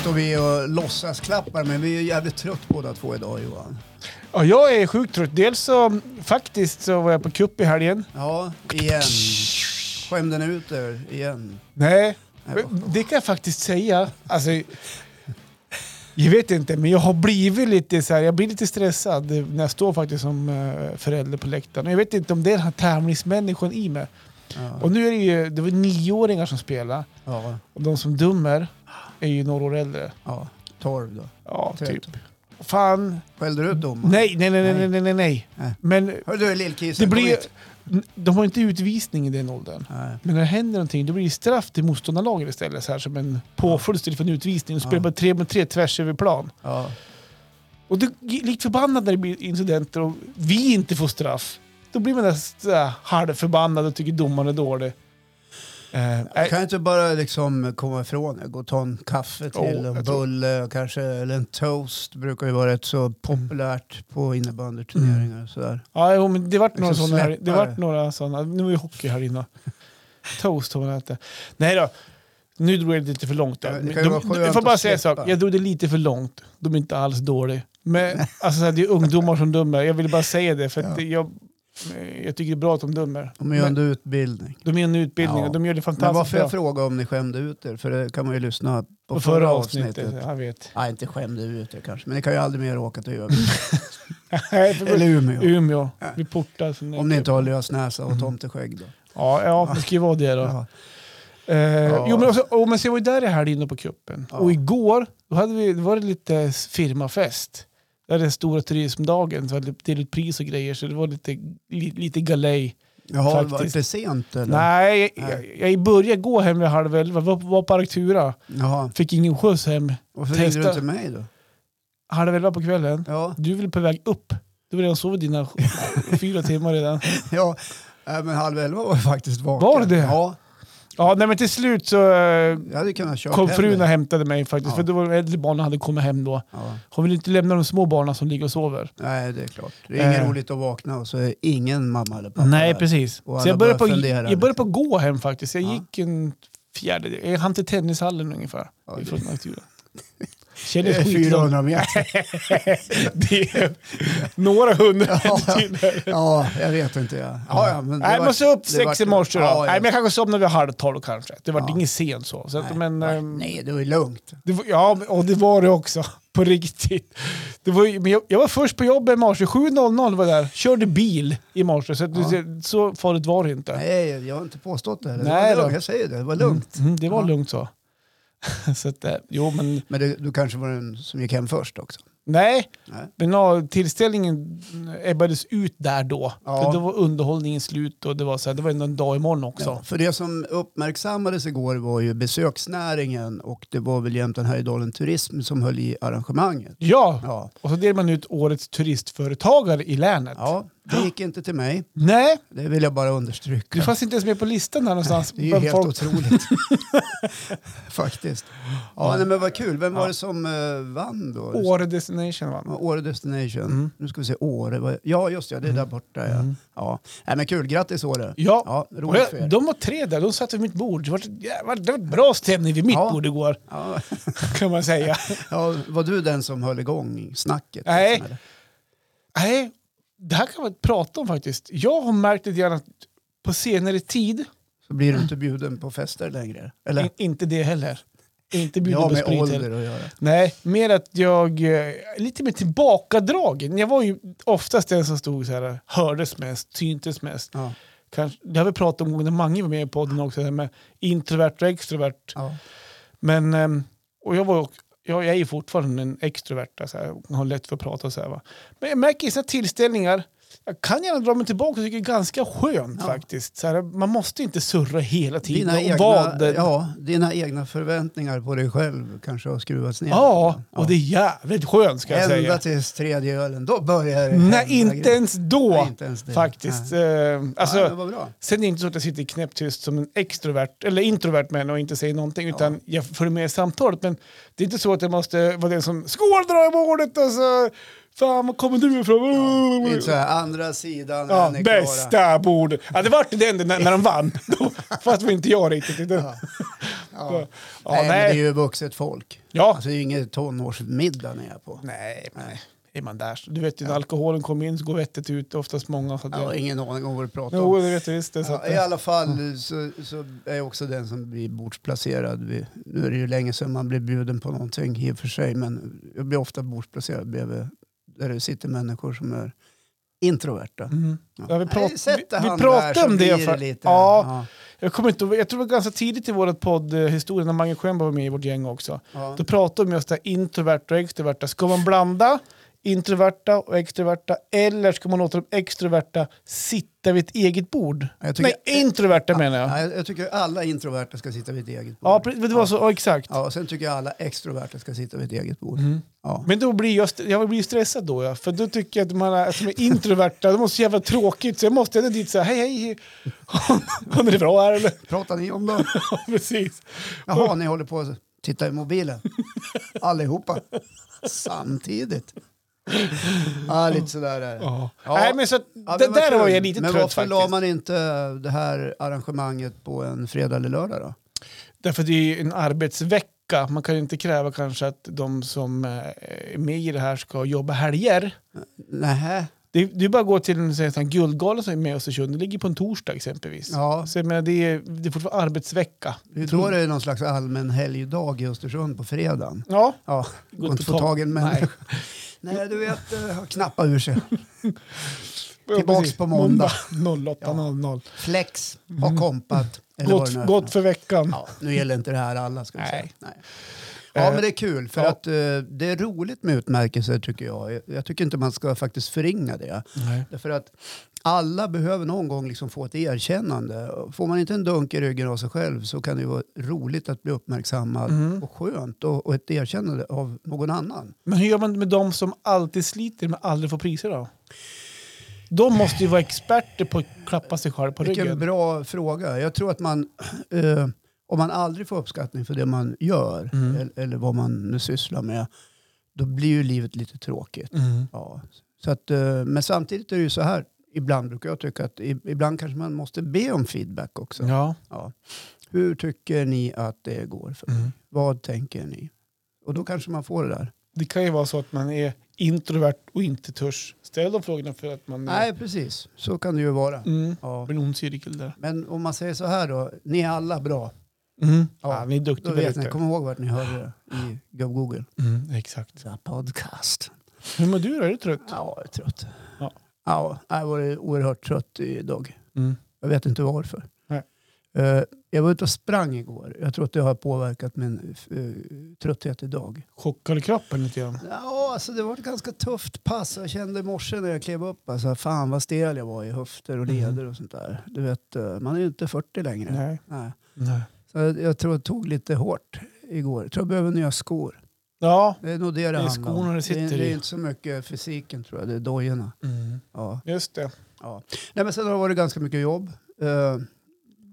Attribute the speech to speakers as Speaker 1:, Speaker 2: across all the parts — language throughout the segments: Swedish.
Speaker 1: står vi och låtsas klappar men vi är jävligt trött båda två idag Johan.
Speaker 2: Ja, jag är sjukt trött. Dels så faktiskt så var jag på cup i helgen.
Speaker 1: Ja, igen. Skämde ni ut er igen?
Speaker 2: Nej,
Speaker 1: Nej, vad
Speaker 2: det kan jag faktiskt säga. Alltså, jag vet inte, men jag har blivit lite så här, jag blir lite stressad när jag står faktiskt som eh, förälder på läktaren. Och Jag vet inte om det är den här tävlingsmänniskan i mig.
Speaker 1: Ja.
Speaker 2: Och nu är det ju det var nioåringar som spelar
Speaker 1: Ja,
Speaker 2: och de som dömer är ju några år äldre.
Speaker 1: ja. Torv då.
Speaker 2: Ja,
Speaker 1: Trött.
Speaker 2: typ. Fan.
Speaker 1: Skällde du ut domaren?
Speaker 2: Nej, nej, nej, nej, nej, nej, nej,
Speaker 1: Nej.
Speaker 2: Men
Speaker 1: Hör du lillkisen,
Speaker 2: det
Speaker 1: kom
Speaker 2: blir,
Speaker 1: hit.
Speaker 2: de har inte utvisning i den åldern.
Speaker 1: Nej.
Speaker 2: Men när det händer någonting, då blir det straff till motståndarlaget istället. Så här, som en påföljd istället för en utvisning. De spelar
Speaker 1: Ja.
Speaker 2: bara tre mot tre tvärs över plan.
Speaker 1: Ja.
Speaker 2: Och det, likt förbannat när det blir incidenter och vi inte får straff. Då blir man nästan så här halvförbannad och tycker domaren är dålig. Eh, nej,
Speaker 1: Kan jag inte bara liksom komma ifrån det? Gå och ta en kaffe till,
Speaker 2: Jo,
Speaker 1: och en
Speaker 2: jag tror-
Speaker 1: bulle och kanske, eller en toast brukar ju vara rätt så populärt på innebandyturneringar och sådär.
Speaker 2: ja, jo, men det vart några
Speaker 1: Liksom
Speaker 2: sådana. här-
Speaker 1: släppa
Speaker 2: Det vart
Speaker 1: det.
Speaker 2: några sådana. Nu är ju hockey här inne. Toast har man ätit. Nej då. Nu drog jag det lite för långt.
Speaker 1: Ja,
Speaker 2: Där.
Speaker 1: det
Speaker 2: De,
Speaker 1: kan ju vara
Speaker 2: de,
Speaker 1: skönt
Speaker 2: jag får bara
Speaker 1: att
Speaker 2: säga en sak.
Speaker 1: släppa.
Speaker 2: Jag drog det lite för långt. De är inte alls dåliga. Men alltså, så här, det är ungdomar som dömer. Jag ville bara säga det. För att
Speaker 1: Ja.
Speaker 2: det- jag, jag tycker det är bra att de dömer.
Speaker 1: De är ju
Speaker 2: Men
Speaker 1: under utbildning.
Speaker 2: de är under utbildning
Speaker 1: Ja.
Speaker 2: och de gör det
Speaker 1: Men
Speaker 2: fantastiskt
Speaker 1: varför
Speaker 2: bra.
Speaker 1: jag frågade om ni skämde ut er, för det kan man ju lyssna på
Speaker 2: På
Speaker 1: förra, avsnittet.
Speaker 2: Jag vet.
Speaker 1: Nej, inte skämde ut er kanske, men ni kan ju aldrig mer åka till Ö-
Speaker 2: Nej, för-
Speaker 1: eller Umeå.
Speaker 2: Umeå. Mm. Vi portar. som det
Speaker 1: Om ni
Speaker 2: heter.
Speaker 1: inte har lösnäsa och tomteskägg då.
Speaker 2: Ja, ja, det ska ju vara det då.
Speaker 1: Ja.
Speaker 2: Eh,
Speaker 1: Ja.
Speaker 2: Jo, men, också, och, men så jag var ju där i helgen och på kuppen.
Speaker 1: Ja.
Speaker 2: Och igår då hade vi, då var det lite firmafest. Det var den stora turismdagen. Så hade det delat ut pris och grejer. Så det var lite, li, lite galej.
Speaker 1: Jaha, var det
Speaker 2: Faktiskt.
Speaker 1: för sent eller?
Speaker 2: Nej, jag,
Speaker 1: Nej.
Speaker 2: jag, jag började gå hem vid halv elva. Var, var på Arktura.
Speaker 1: Jaha.
Speaker 2: Fick ingen skjuts hem.
Speaker 1: Varför ringde du
Speaker 2: Testa.
Speaker 1: inte mig då?
Speaker 2: Halv elva på kvällen.
Speaker 1: Ja,
Speaker 2: Du vill på väg upp. Du har redan sovit dina sj- fyra timmar redan.
Speaker 1: ja. Äh, men halv elva var jag faktiskt vaken.
Speaker 2: Var det?
Speaker 1: Ja,
Speaker 2: Ja, nej, men till slut så eh,
Speaker 1: jag hade kunnat köra
Speaker 2: kom
Speaker 1: hem
Speaker 2: frun och
Speaker 1: det.
Speaker 2: hämtade mig faktiskt.
Speaker 1: Ja.
Speaker 2: För det var äldre barnen hade kommit hem då.
Speaker 1: Ja.
Speaker 2: Hon vill inte lämna de små barnen som ligger och sover.
Speaker 1: Nej, det är klart. Det är inget
Speaker 2: Eh.
Speaker 1: roligt att vakna och så är ingen mamma eller pappa
Speaker 2: Nej,
Speaker 1: där.
Speaker 2: precis.
Speaker 1: Och
Speaker 2: Så
Speaker 1: alla
Speaker 2: jag började, på,
Speaker 1: börjar fundera, liksom.
Speaker 2: jag började på att gå hem faktiskt. Jag
Speaker 1: Ja.
Speaker 2: gick en fjärde... Jag hann till tennishallen ungefär.
Speaker 1: Ja,
Speaker 2: det...
Speaker 1: det-
Speaker 2: Från Natura.
Speaker 1: Det
Speaker 2: Kändes
Speaker 1: är
Speaker 2: skitlångt.
Speaker 1: 400 meter.
Speaker 2: Det är några hundra
Speaker 1: Ja.
Speaker 2: till.
Speaker 1: Ja, jag vet inte. Ja. Ja, ja, men det
Speaker 2: Nej,
Speaker 1: var-
Speaker 2: men så upp
Speaker 1: det
Speaker 2: sex
Speaker 1: vart-
Speaker 2: i morse då.
Speaker 1: Ja, ja.
Speaker 2: Nej, men jag kanske somnade vid halv tolv kanske. Det var
Speaker 1: Ja.
Speaker 2: inget sent så. så att,
Speaker 1: Nej,
Speaker 2: men,
Speaker 1: nej,
Speaker 2: ehm,
Speaker 1: nej, det var ju lugnt.
Speaker 2: Det var, ja, men- och det var det också. På riktigt. Det var, ju- men jag, jag var först på jobbet i morse. 7.00 var jag där. Körde bil i morse. Så, att du
Speaker 1: Ja.
Speaker 2: ser, så farligt var det inte.
Speaker 1: Nej, jag har inte påstått det. heller. Det var
Speaker 2: Nej då.
Speaker 1: lugnt. Jag säger det, det var lugnt.
Speaker 2: Mm, det var
Speaker 1: Ja.
Speaker 2: lugnt så. så att, eh, jo, men
Speaker 1: Men det, du kanske var den som gick hem först också?
Speaker 2: nej.
Speaker 1: Nej.
Speaker 2: Men ja, tillställningen eh, ebbades ut där då.
Speaker 1: Ja.
Speaker 2: För då var underhållningen slut och det var, så här, det var ändå en dag imorgon också.
Speaker 1: Ja, för det som uppmärksammades igår var ju besöksnäringen och det var väl Jämtland Härjedalen Turism som höll i arrangemanget.
Speaker 2: Ja,
Speaker 1: Ja.
Speaker 2: och så delar man ut årets turistföretagare i länet.
Speaker 1: ja, det gick inte till mig.
Speaker 2: Nej,
Speaker 1: Det vill jag bara
Speaker 2: du
Speaker 1: understryka.
Speaker 2: fanns inte ens med på listan där någonstans.
Speaker 1: Det är ju
Speaker 2: Vem
Speaker 1: helt
Speaker 2: folk-
Speaker 1: otroligt. Faktiskt. Ja, Nej, men vad kul. Vem var
Speaker 2: Ja.
Speaker 1: det som eh, vann då?
Speaker 2: Åre Destination vann.
Speaker 1: Ja, Åre Destination.
Speaker 2: Mm.
Speaker 1: Nu ska vi se, Åre. vad- Ja, just det. Det är där borta. Ja.
Speaker 2: Mm.
Speaker 1: Ja. Nej, men kul. Grattis Åre.
Speaker 2: Ja,
Speaker 1: Ja,
Speaker 2: Och
Speaker 1: roligt för
Speaker 2: jag,
Speaker 1: er.
Speaker 2: de var tre där, de satt vid mitt bord. Det var, jävlar, det var bra stämning vid mitt
Speaker 1: Ja.
Speaker 2: bord igår,
Speaker 1: Ja,
Speaker 2: kan man säga.
Speaker 1: ja, var du den som höll igång snacket?
Speaker 2: Nej.
Speaker 1: liksom, eller?
Speaker 2: Nej, det här kan man prata om faktiskt. Jag har märkt lite grann att på senare tid,
Speaker 1: Så blir du inte bjuden på fester längre? Eller?
Speaker 2: in, inte det heller. Inte
Speaker 1: Jag
Speaker 2: bjuden
Speaker 1: har
Speaker 2: på
Speaker 1: med
Speaker 2: sprit heller.
Speaker 1: ålder att göra.
Speaker 2: Nej, mer att jag eh, är lite mer tillbakadragen. Jag var ju oftast den som stod så här, hördes mest, syntes mest.
Speaker 1: Ja.
Speaker 2: Kanske, det har vi pratat om när Mange var med i podden också, det här med introvert och extrovert.
Speaker 1: Ja.
Speaker 2: Men, ehm, och jag, var, ju- jag, jag är ju fortfarande en extrovert, där, så här, har lätt för att prata och så här. Va? Men jag märker i såna tillställningar, jag kan gärna dra mig tillbaka och tycker det är ganska skönt
Speaker 1: Ja.
Speaker 2: faktiskt. Så här, man måste inte surra hela tiden
Speaker 1: Dina,
Speaker 2: om
Speaker 1: egna,
Speaker 2: vad det... Ja.
Speaker 1: ja, dina egna förväntningar på dig själv kanske har skruvats ner.
Speaker 2: och det är jävligt skönt ska jag
Speaker 1: Ända
Speaker 2: säga.
Speaker 1: tills tredje ölen, då börjar det
Speaker 2: Nej,
Speaker 1: hända
Speaker 2: inte
Speaker 1: grejer.
Speaker 2: ens då
Speaker 1: Nej, inte ens det.
Speaker 2: faktiskt.
Speaker 1: Nej.
Speaker 2: Ehm, Alltså,
Speaker 1: ja, men vad bra.
Speaker 2: Sen är det inte så att jag sitter knäpptyst som en extrovert eller introvert med henne och inte säger någonting utan jag följer med i samtalet. Men det är inte så att jag måste vara den som skål dra i bordet och så fan var kommer du ifrån?
Speaker 1: Det är inte så här, andra sidan,
Speaker 2: Ja,
Speaker 1: han är klara.
Speaker 2: bästa bordet. Ja, det vart det ändå när, när de vann. Då fattade inte jag riktigt. Det.
Speaker 1: Ja.
Speaker 2: Ja,
Speaker 1: nej, Men det är
Speaker 2: nej.
Speaker 1: ju vuxet folk.
Speaker 2: Ja.
Speaker 1: Alltså, det är ju ingen tonårsmiddag ni är på.
Speaker 2: Nej, men är man där så... Du vet ju när alkoholen kommer in så går vettet ut oftast många. Så att
Speaker 1: Jag har
Speaker 2: jag,
Speaker 1: ingen aning om vad du pratar om.
Speaker 2: jo, det vet jag visst. Det, så
Speaker 1: Ja,
Speaker 2: att,
Speaker 1: I alla fall så, så är jag också den som blir bordsplacerad. vid- Nu är det ju länge sedan man blev bjuden på någonting i och för sig, men jag blir ofta bordsplacerad bredvid där det sitter människor som är introverta.
Speaker 2: Mm. Ja, vi prat-
Speaker 1: Nej, sätter
Speaker 2: vi- vi
Speaker 1: han
Speaker 2: pratade
Speaker 1: där så
Speaker 2: om det
Speaker 1: blir
Speaker 2: för-
Speaker 1: lite.
Speaker 2: Ja. Jag, kommer inte, ihåg- jag tror det var ganska tidigt i vår poddhistoria när Mange Sjöberg var med i vårt gäng också.
Speaker 1: ja.
Speaker 2: Då pratade vi om just det här introverta och extroverta. Ska man blanda introverta och extroverta eller ska man låta de extroverta sitta vid ett eget bord?
Speaker 1: Jag tycker-
Speaker 2: Nej, introverta menar jag.
Speaker 1: Ja, jag, jag tycker alla introverta ska sitta vid ett eget bord.
Speaker 2: Ja, precis, det var så, ja, exakt.
Speaker 1: Ja, och sen tycker jag alla extroverta ska sitta vid ett eget bord.
Speaker 2: Mm.
Speaker 1: Ja.
Speaker 2: Men då blir jag, st- jag blir stressad då, ja. för då tycker jag att man är, som är introverta, de måste så jävla tråkigt, så jag måste ändå dit säga hej hej, om det är bra här eller?
Speaker 1: Pratar ni om då?
Speaker 2: Ja, precis.
Speaker 1: Jaha, ni håller på att titta i mobilen. Allihopa. Samtidigt. Ja, lite sådär är det.
Speaker 2: Ja.
Speaker 1: Ja.
Speaker 2: Nej, men så att,
Speaker 1: Ja, men
Speaker 2: det
Speaker 1: vad
Speaker 2: där
Speaker 1: kul.
Speaker 2: var jag lite
Speaker 1: Men
Speaker 2: trött
Speaker 1: varför
Speaker 2: faktiskt.
Speaker 1: la man inte det här arrangemanget på en fredag eller lördag då?
Speaker 2: Därför det är ju en arbetsvecka, man kan ju inte kräva kanske att de som eh, är med i det här ska jobba helger.
Speaker 1: Nähä.
Speaker 2: Det, det är bara att gå till en sån här guldgala som är med i Östersund, det ligger på en torsdag exempelvis.
Speaker 1: Ja,
Speaker 2: Så jag menar, det, är, det är fortfarande arbetsvecka.
Speaker 1: det är då det är någon slags allmän helgdag i Östersund på fredagen.
Speaker 2: Ja,
Speaker 1: Ja,
Speaker 2: Gå
Speaker 1: går inte
Speaker 2: på
Speaker 1: få
Speaker 2: tak.
Speaker 1: tag i en
Speaker 2: Nej.
Speaker 1: människa. Nej, du vet, eh, knappa ur sig.
Speaker 2: Ja,
Speaker 1: Tillbaks
Speaker 2: precis.
Speaker 1: på måndag.
Speaker 2: Måndag 08.00.
Speaker 1: Flex har kompat. Eller vad det nu
Speaker 2: Mm. Gott,
Speaker 1: är.
Speaker 2: gott för veckan.
Speaker 1: Ja, nu gäller inte det här alla ska vi säga.
Speaker 2: Nej.
Speaker 1: Nej. Ja,
Speaker 2: Eh,
Speaker 1: men det är kul för
Speaker 2: ja.
Speaker 1: att eh, det är roligt med utmärkelser tycker jag. Jag- Jag tycker inte man ska faktiskt förringa det.
Speaker 2: Nej.
Speaker 1: Därför att alla behöver någon gång liksom få ett erkännande. Får man inte en dunk i ryggen av sig själv så kan det ju vara roligt att bli uppmärksammad
Speaker 2: Mm.
Speaker 1: och skönt och, och ett erkännande av någon annan.
Speaker 2: Men hur gör man med de som alltid sliter men aldrig får priser då? De måste ju vara experter på att klappa sig själv på
Speaker 1: Vilken
Speaker 2: ryggen.
Speaker 1: bra fråga. Jag tror att man, eh, om man aldrig får uppskattning för det man gör
Speaker 2: Mm.
Speaker 1: eller, eller vad man nu sysslar med, då blir ju livet lite tråkigt.
Speaker 2: Mm.
Speaker 1: Ja, så att, eh, men samtidigt är det ju så här, ibland brukar jag tycka att i- ibland kanske man måste be om feedback också.
Speaker 2: Ja.
Speaker 1: Ja. Hur tycker ni att det går för mig?
Speaker 2: Mm.
Speaker 1: Vad tänker ni? Och då kanske man får det där.
Speaker 2: Det kan ju vara så att man är introvert och inte törs ställa de frågorna för att man...
Speaker 1: Nej, precis. Så kan det ju vara.
Speaker 2: Mm. Det
Speaker 1: Ja.
Speaker 2: blir en ond cirkel där.
Speaker 1: Men om man säger så här då, ni är alla bra.
Speaker 2: Mm.
Speaker 1: Ja,
Speaker 2: Ja, ni är duktiga
Speaker 1: Då
Speaker 2: där
Speaker 1: vet ni,
Speaker 2: ute.
Speaker 1: kom ihåg vart ni hörde det i Go Google.
Speaker 2: Mm, exakt.
Speaker 1: The podcast.
Speaker 2: Hur mår du då? Är du trött?
Speaker 1: Ja, jag är trött.
Speaker 2: Ja.
Speaker 1: ja, jag var oerhört trött idag.
Speaker 2: Mm.
Speaker 1: Jag vet inte varför.
Speaker 2: Nej.
Speaker 1: Eh, jag var ute och sprang igår. Jag tror att det har påverkat min eh, trötthet idag.
Speaker 2: Chockade kroppen lite grann?
Speaker 1: Ja, alltså det var ett ganska tufft pass. Jag kände i morse när jag klev upp, alltså, fan vad stel jag var i höfter och leder och sånt där. Du vet, eh, man är ju inte 40 längre.
Speaker 2: Nej.
Speaker 1: Mm. Nej.
Speaker 2: Nej.
Speaker 1: Så jag, jag tror jag tog lite hårt igår. Jag tror jag behöver nya skor.
Speaker 2: Ja.
Speaker 1: Det är nog det det,
Speaker 2: är
Speaker 1: handlar om.
Speaker 2: skorna det
Speaker 1: det, är,
Speaker 2: sitter
Speaker 1: det
Speaker 2: i.
Speaker 1: är inte så mycket fysiken tror jag, det är dojorna.
Speaker 2: Mm.
Speaker 1: Ja.
Speaker 2: Just det.
Speaker 1: Ja. Nej, men sen har det varit ganska mycket jobb. Eh,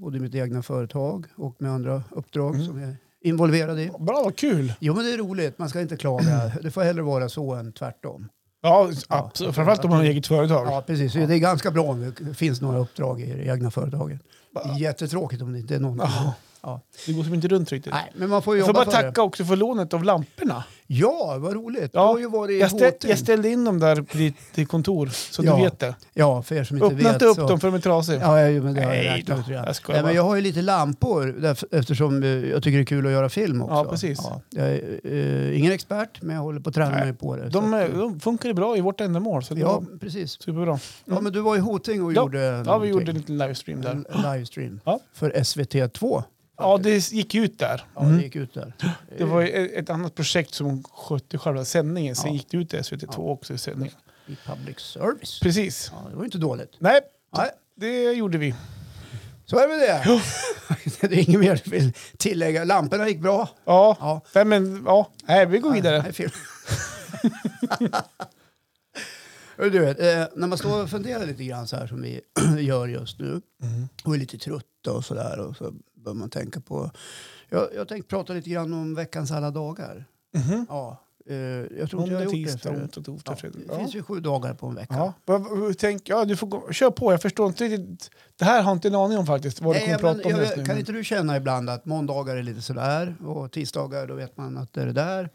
Speaker 1: både i mitt egna företag och med andra uppdrag
Speaker 2: Mm.
Speaker 1: som jag är involverad i.
Speaker 2: Bra, vad kul!
Speaker 1: Jo men det är roligt, man ska inte klaga. Det får hellre vara så än tvärtom.
Speaker 2: Ja, absolut. Framförallt om man har eget företag.
Speaker 1: Ja precis, det är ganska bra om det finns några uppdrag i det egna företaget. Det är jättetråkigt om det inte är någon.
Speaker 2: Ja.
Speaker 1: Ja.
Speaker 2: Det går som inte runt riktigt.
Speaker 1: Nej, men man får
Speaker 2: Jag får
Speaker 1: jobba
Speaker 2: bara
Speaker 1: för det.
Speaker 2: tacka också för lånet av lamporna.
Speaker 1: Ja, vad roligt.
Speaker 2: Ja,
Speaker 1: Du har ju varit i
Speaker 2: Jag, ställ,
Speaker 1: Hoting.
Speaker 2: jag ställde in dem där på ditt ditt kontor, så
Speaker 1: Ja,
Speaker 2: du vet det.
Speaker 1: Ja, för er som inte
Speaker 2: Öppna
Speaker 1: vet.
Speaker 2: inte upp
Speaker 1: så...
Speaker 2: dem för de är trasiga.
Speaker 1: Ja, ja, jo, men det har jag
Speaker 2: Nej
Speaker 1: räknat
Speaker 2: då,
Speaker 1: ut redan.
Speaker 2: jag skojar
Speaker 1: Nej,
Speaker 2: bara.
Speaker 1: men jag har ju lite lampor därf- eftersom eh, jag tycker det är kul att göra film också.
Speaker 2: Ja, precis.
Speaker 1: jag är eh, ingen expert, men jag håller på att träna
Speaker 2: Nej,
Speaker 1: mig på det.
Speaker 2: De,
Speaker 1: så att, eh,
Speaker 2: är- de funkar ju bra i vårt ändamål, så det
Speaker 1: ja,
Speaker 2: var
Speaker 1: precis.
Speaker 2: superbra.
Speaker 1: Ja, men du var i Hoting och
Speaker 2: Mm. Ja,
Speaker 1: gjorde
Speaker 2: Ja, vi
Speaker 1: någonting.
Speaker 2: gjorde en liten livestream där.
Speaker 1: en livestream
Speaker 2: Ja.
Speaker 1: för SVT2.
Speaker 2: Ja, det gick ju ut där.
Speaker 1: Ja,
Speaker 2: Mm.
Speaker 1: det gick ut där.
Speaker 2: Det var ju ett annat projekt som skötte själva sändningen, sen
Speaker 1: Ja.
Speaker 2: gick det ut i SVT2 också i sändningen.
Speaker 1: Eh, I public service.
Speaker 2: Precis.
Speaker 1: Ja, det var ju inte dåligt.
Speaker 2: Nej,
Speaker 1: Nej,
Speaker 2: det gjorde vi.
Speaker 1: så är det med det. det är inget mer du vill tillägga. Lamporna gick bra.
Speaker 2: Ja,
Speaker 1: Ja.
Speaker 2: Nej, men ja. Nej, vi går vidare.
Speaker 1: Nej, fel. Hör Du vet, eh, när man står och funderar lite grann så här som vi gör just nu
Speaker 2: Mm.
Speaker 1: och är lite trötta och sådär och så bör man tänka på. Jag, jag tänkte prata lite grann om veckans alla dagar.
Speaker 2: Mhm.
Speaker 1: Ja, Eh, jag tror inte jag
Speaker 2: Måndag,
Speaker 1: har gjort
Speaker 2: tisdag,
Speaker 1: det förut.
Speaker 2: onsdag, torsdag,
Speaker 1: Ja,
Speaker 2: fredag.
Speaker 1: det
Speaker 2: Ja.
Speaker 1: finns ju sju dagar på en vecka.
Speaker 2: Ja. Vad- vad- hur Tänk, ja, du får gå, kör på, jag förstår inte riktigt. Det här har jag inte en aning om faktiskt, vad du
Speaker 1: Nej,
Speaker 2: kommer
Speaker 1: men
Speaker 2: prata om
Speaker 1: jag-
Speaker 2: just nu.
Speaker 1: Kan
Speaker 2: men-
Speaker 1: inte du känna ibland att måndagar är lite sådär och tisdagar då vet man att det är det där.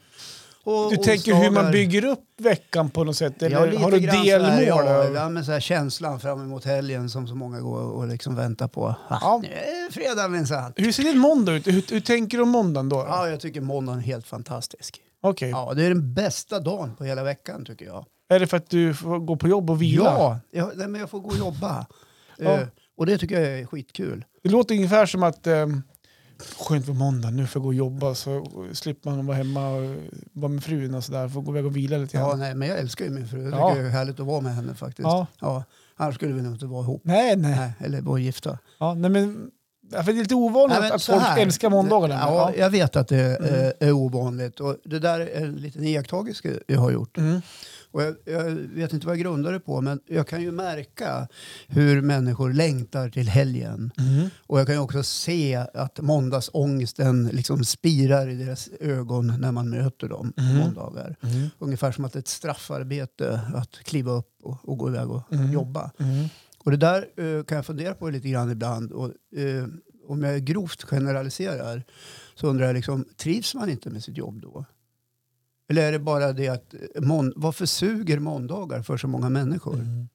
Speaker 1: Och
Speaker 2: Du tänker hur man
Speaker 1: onsdagar-
Speaker 2: bygger upp veckan på något sätt? Eller
Speaker 1: lite
Speaker 2: har du
Speaker 1: grann så här,
Speaker 2: delmål?
Speaker 1: Ja,
Speaker 2: eller?
Speaker 1: ja, men så här känslan fram emot helgen som så många går och liksom väntar på. Ah,
Speaker 2: Ja.
Speaker 1: Nu är det fredag minsann.
Speaker 2: Hur ser din måndag ut? Hur, hur tänker du om måndagen då?
Speaker 1: Ja, jag tycker måndagen är helt fantastisk.
Speaker 2: Okej.
Speaker 1: Ja, det är den bästa dagen på hela veckan tycker jag.
Speaker 2: Är det för att du får gå på jobb och vila?
Speaker 1: Ja, jag, nej, men jag får gå och jobba.
Speaker 2: Ja.
Speaker 1: Eh, och det tycker jag är skitkul.
Speaker 2: Det låter ungefär som att ehm, skönt på måndag, nu får jag gå och jobba så slipper man vara hemma och vara med frun och sådär. Får gå iväg och vila lite
Speaker 1: Ja,
Speaker 2: grann.
Speaker 1: nej, men jag älskar ju min fru. Jag tycker
Speaker 2: Ja.
Speaker 1: det är härligt att vara med henne faktiskt.
Speaker 2: Ja.
Speaker 1: Ja. annars skulle vi nog inte vara ihop.
Speaker 2: Nej, nej.
Speaker 1: Nej, eller vara gifta.
Speaker 2: Ja, nej men, ja, för det är lite ovanligt
Speaker 1: Nej, men
Speaker 2: att
Speaker 1: så
Speaker 2: folk
Speaker 1: här.
Speaker 2: älskar måndagarna.
Speaker 1: Ja,
Speaker 2: ja. Mm.
Speaker 1: jag vet att det eh, är ovanligt. Och det där är en liten iakttagelse jag har gjort.
Speaker 2: Mm.
Speaker 1: Och jag, jag vet inte vad jag grundar det på, men jag kan ju märka hur människor längtar till helgen.
Speaker 2: Mm.
Speaker 1: Och jag kan ju också se att måndagsångesten liksom spirar i deras ögon när man möter dem på
Speaker 2: Mm.
Speaker 1: måndagar.
Speaker 2: Mm.
Speaker 1: Ungefär som att det är ett straffarbete att kliva upp och, och gå iväg och
Speaker 2: Mm.
Speaker 1: jobba.
Speaker 2: Mm.
Speaker 1: Och det där eh, kan jag fundera på lite grann ibland. Och, eh, om jag grovt generaliserar så undrar jag, liksom, trivs man inte med sitt jobb då? Eller är det bara det att, eh, mån- varför suger måndagar för så många människor?
Speaker 2: Mm.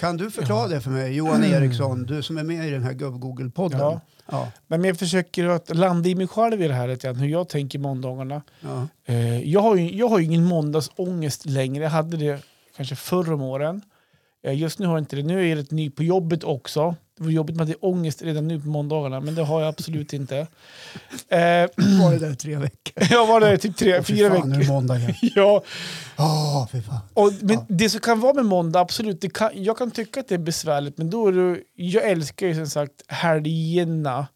Speaker 1: Kan du förklara det för mig, Johan Eriksson, du som är med i den här Gubb-Google-podden?
Speaker 2: Ja.
Speaker 1: Ja,
Speaker 2: Nej, men jag försöker att landa i mig själv i det här lite grann, hur jag tänker måndagarna.
Speaker 1: ja.
Speaker 2: Eh, jag, har ju, jag har ju ingen måndagsångest längre. Jag hade det kanske förr om åren. Eh, just nu har jag inte det. Nu är jag rätt ny på jobbet också. Det var jobbigt med att det är ångest redan nu på måndagarna, men det har jag absolut inte. Eh,
Speaker 1: Var det där tre veckor?
Speaker 2: jag var där i typ tre,
Speaker 1: Åh, fy
Speaker 2: fyra
Speaker 1: fan, nu är det
Speaker 2: veckor.
Speaker 1: måndag igen.
Speaker 2: Ja,
Speaker 1: Åh, fy fan.
Speaker 2: och, men
Speaker 1: Ja.
Speaker 2: Det som kan vara med måndag, absolut, det kan, jag kan tycka att det är besvärligt, men då är det, jag älskar ju som sagt helgerna.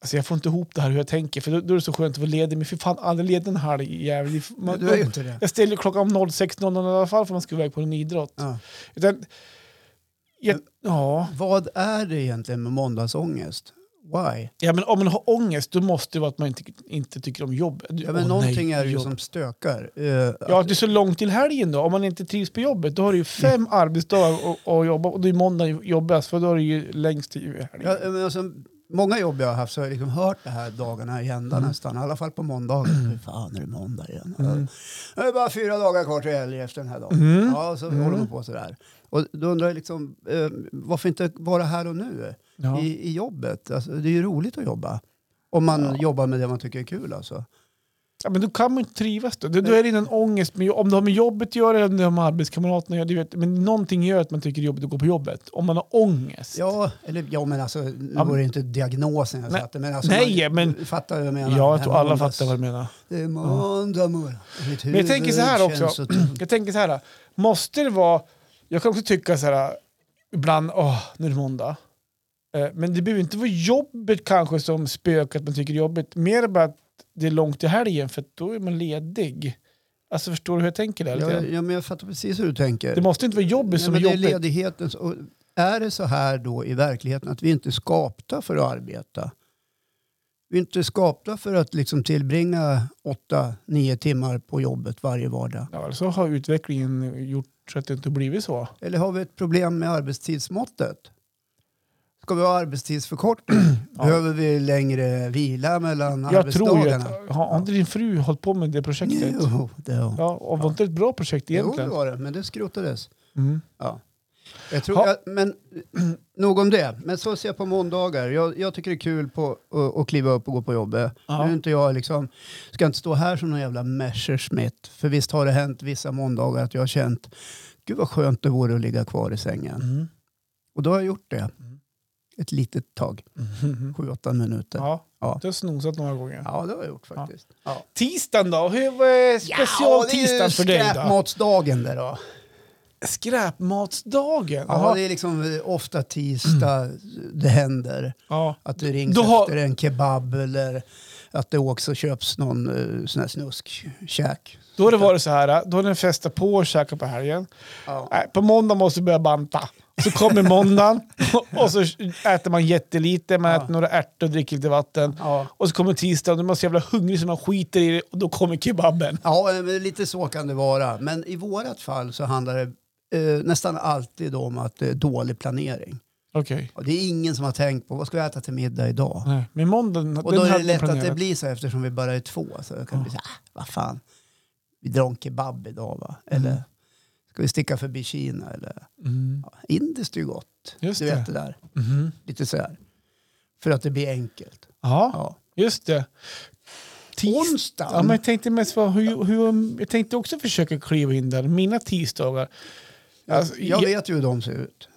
Speaker 2: Alltså jag får inte ihop det här hur jag tänker, för då, då är det så skönt att vara ledig, men fy fan, aldrig ledig en helg jävel. Det- man-
Speaker 1: Du är ju inte det.
Speaker 2: Jag ställer klockan 06.00 i alla fall för man ska iväg på en idrott.
Speaker 1: Ja.
Speaker 2: Utan, jag, ja,
Speaker 1: Vad är det egentligen med måndagsångest? Why?
Speaker 2: ja, men om man har ångest då måste det vara att man inte, inte tycker om jobbet. Du-
Speaker 1: Ja, men
Speaker 2: åh,
Speaker 1: någonting
Speaker 2: nej,
Speaker 1: är det ju
Speaker 2: jobb.
Speaker 1: som stökar. Eh,
Speaker 2: Ja, att det är så långt till helgen då. Om man inte trivs på jobbet då har du ju
Speaker 1: Mm.
Speaker 2: fem arbetsdagar att- att jobba och då är måndag jobbigast för då är det ju längst till helgen.
Speaker 1: Ja, men alltså, många jobb jag har haft så har jag liksom hört det här dagarna i ända
Speaker 2: Mm.
Speaker 1: nästan. I alla fall på måndagar. Fy fan, är det måndag igen? Ja. Det är bara fyra dagar kvar till helg efter den här dagen.
Speaker 2: Mm.
Speaker 1: Ja, så håller man på sådär. Och då undrar jag liksom, eh, varför inte vara här och nu
Speaker 2: Ja.
Speaker 1: i, i jobbet? Alltså, det är ju roligt att jobba. Om man jobbar med det man tycker är kul alltså.
Speaker 2: Ja, men då kan man ju inte trivas då. Då då är det en ångest. Med, om det har med jobbet att göra eller om det har med arbetskamraterna att göra. du Vet, men någonting gör att man tycker det är jobbigt att gå på jobbet. Om man har ångest.
Speaker 1: Ja, eller, ja men alltså, nu
Speaker 2: Ja,
Speaker 1: var det inte diagnosen jag
Speaker 2: Nej.
Speaker 1: satte. Men alltså,
Speaker 2: Nej,
Speaker 1: man,
Speaker 2: men-
Speaker 1: Fattar vad jag menar?
Speaker 2: Ja, jag
Speaker 1: Det
Speaker 2: tror
Speaker 1: här
Speaker 2: alla
Speaker 1: måndags-
Speaker 2: fattar vad du menar.
Speaker 1: Det är måndag morgon. Mitt
Speaker 2: Men jag tänker så här
Speaker 1: huvud
Speaker 2: också.
Speaker 1: känns så tungt.
Speaker 2: Jag tänker så här, måste det vara... Jag kan också tycka så här, ibland, åh, nu är det måndag. Eh, Men det behöver inte vara jobbet kanske som spökar att man tycker det är jobbigt. Mer bara att det är långt till helgen för att då är man ledig. Alltså förstår du hur jag tänker där?
Speaker 1: Ja,
Speaker 2: Ja,
Speaker 1: ja, men jag fattar precis hur du tänker.
Speaker 2: det måste inte vara jobbet
Speaker 1: Nej,
Speaker 2: som är
Speaker 1: men det är
Speaker 2: jobbigt.
Speaker 1: ledigheten. som- och Är det så här då i verkligheten att vi inte är skapta för att arbeta? Vi är inte skapta för att liksom tillbringa åtta, nio timmar på jobbet varje vardag.
Speaker 2: Ja, eller så har utvecklingen gjort så att det inte har blivit så.
Speaker 1: Eller har vi ett problem med arbetstidsmåttet? Ska vi ha arbetstidsförkortning? Behöver vi längre vila mellan
Speaker 2: Jag tror ju
Speaker 1: arbetsdagarna?
Speaker 2: att, har har inte din fru hållit på med det projektet?
Speaker 1: Jo, det har
Speaker 2: Ja, och var inte det ett bra projekt
Speaker 1: Jo, det
Speaker 2: egentligen?
Speaker 1: var det, men det skrotades.
Speaker 2: Mm.
Speaker 1: Ja. Jag tror,
Speaker 2: Ha.
Speaker 1: jag, men nog om det. Men så ser jag på måndagar. Jag, jag tycker det är kul på, att, att kliva upp och gå på jobbet.
Speaker 2: Ja.
Speaker 1: Nu är inte jag liksom, ska inte stå här som någon jävla Messerschmitt. För visst har det hänt vissa måndagar att jag har känt, gud vad skönt det vore att ligga kvar i sängen.
Speaker 2: Mm.
Speaker 1: Och då har jag gjort det.
Speaker 2: Mm.
Speaker 1: Ett litet tag,
Speaker 2: Mhm.
Speaker 1: sju, åtta minuter. Ja.
Speaker 2: Ja,
Speaker 1: Ja.
Speaker 2: du har snosat några gånger.
Speaker 1: det har jag gjort faktiskt. Ja.
Speaker 2: Tisdagen då? Hur var specialtisdagen för dig då?
Speaker 1: Skräpmatsdagen där då.
Speaker 2: Skräpmatsdagen?
Speaker 1: Ja,
Speaker 2: Jaha. Mm.
Speaker 1: det är liksom eh, ofta tisdag det händer.
Speaker 2: Ja.
Speaker 1: Att det rings
Speaker 2: Då har-
Speaker 1: efter en kebab eller att det också köps någon eh, sån här snuskkäk.
Speaker 2: Då har det varit så här, då har den festat på och käkat på helgen.
Speaker 1: Ja.
Speaker 2: Nej, på måndag måste du börja banta. Så kommer måndagen, och så äter man jättelite, man
Speaker 1: Ja.
Speaker 2: äter några ärtor och dricker lite vatten.
Speaker 1: Ja.
Speaker 2: Och så kommer tisdagen och man är så jävla hungrig så man skiter i det och då kommer kebaben.
Speaker 1: Ja, eh, men lite så kan det vara. Men i vårat fall så handlar det eh, nästan alltid om att det är dålig planering.
Speaker 2: Okej.
Speaker 1: Och det är ingen som har tänkt på vad ska vi äta till middag idag?
Speaker 2: Nej, Men måndagen,
Speaker 1: Och
Speaker 2: den
Speaker 1: då är
Speaker 2: hade
Speaker 1: det
Speaker 2: jag
Speaker 1: lätt att det
Speaker 2: planerat.
Speaker 1: blir så här eftersom vi bara är två. Så kan det bli så här, ah, vad fan, vi drar en kebab idag va? Eller
Speaker 2: Mm.
Speaker 1: ska vi sticka förbi Kina? Eller,
Speaker 2: Mm.
Speaker 1: ja, indiskt är ju gott.
Speaker 2: Just
Speaker 1: du vet
Speaker 2: det.
Speaker 1: det där.
Speaker 2: Mhm.
Speaker 1: Lite så här. För att det blir enkelt.
Speaker 2: Ja,
Speaker 1: Ja.
Speaker 2: just det. Tis-
Speaker 1: Onsdagen?
Speaker 2: Ja, men jag, tänkte mest vad, hur, hur, jag tänkte också försöka kliva in där. Mina tisdagar. Alltså,
Speaker 1: jag vet ju hur de ser ut.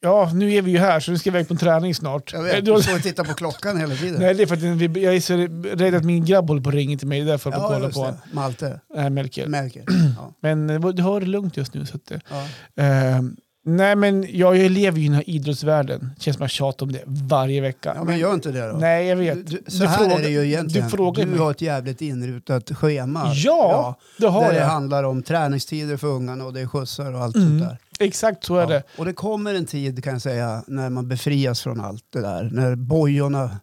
Speaker 2: Ja, nu är vi ju här så nu ska jag iväg på en träning snart.
Speaker 1: Jag
Speaker 2: Eh,
Speaker 1: vet,
Speaker 2: då-
Speaker 1: du står och tittar på klockan hela tiden.
Speaker 2: Nej, det är för att vi- jag är så rädd att min grabb håller på och ringer till mig. Det är därför jag ja, kollar
Speaker 1: just
Speaker 2: på honom.
Speaker 1: det. Malte,
Speaker 2: Nej, Melker.
Speaker 1: märker. Ja.
Speaker 2: Men eh, du har det lugnt just nu. Så att, eh,
Speaker 1: Ja.
Speaker 2: eh, nej, men jag, jag lever ju i den här idrottsvärlden. känns som jag tjatar om det varje vecka.
Speaker 1: ja, men gör inte det då.
Speaker 2: Nej, jag
Speaker 1: Du,
Speaker 2: vet.
Speaker 1: du, så här är det ju egentligen.
Speaker 2: Du frågar mig.
Speaker 1: har ett jävligt inrutat schema.
Speaker 2: Ja, det har
Speaker 1: där det
Speaker 2: jag.
Speaker 1: handlar om träningstider för ungarna och det är skjutsar och allt
Speaker 2: Mm,
Speaker 1: sånt där.
Speaker 2: Exakt så är det.
Speaker 1: Och det kommer en tid kan jag säga när man befrias från allt det där. När bojorna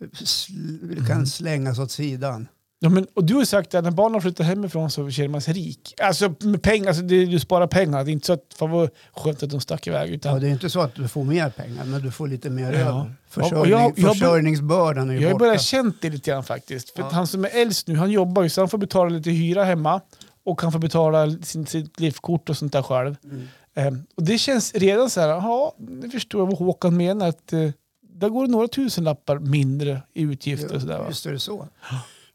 Speaker 1: sl-
Speaker 2: Mm.
Speaker 1: kan slängas åt sidan.
Speaker 2: Ja, men, och du har ju sagt att när barnen flyttar hemifrån så känner man sig rik. Alltså med pengar, alltså, det, du sparar pengar. Det är inte så att, fan vad skönt att de stack iväg. Utan,
Speaker 1: Ja, det är inte så att du får mer pengar men du får lite mer
Speaker 2: Ja.
Speaker 1: över.
Speaker 2: Ja, och
Speaker 1: Försörjning,
Speaker 2: jag- jag bör-
Speaker 1: försörjningsbördan är ju
Speaker 2: Jag har
Speaker 1: borta.
Speaker 2: börjat känt det lite grann faktiskt. För att
Speaker 1: Ja.
Speaker 2: han som är äldst nu, han jobbar ju så han får betala lite hyra hemma och han får betala sin, sitt livkort och sånt där själv.
Speaker 1: Mm.
Speaker 2: Ehm, och det känns redan så här, ja, nu förstår jag vad Håkan menar. Att, eh, där går det några tusen lappar mindre i utgifter och sådär. va?
Speaker 1: Just är det så.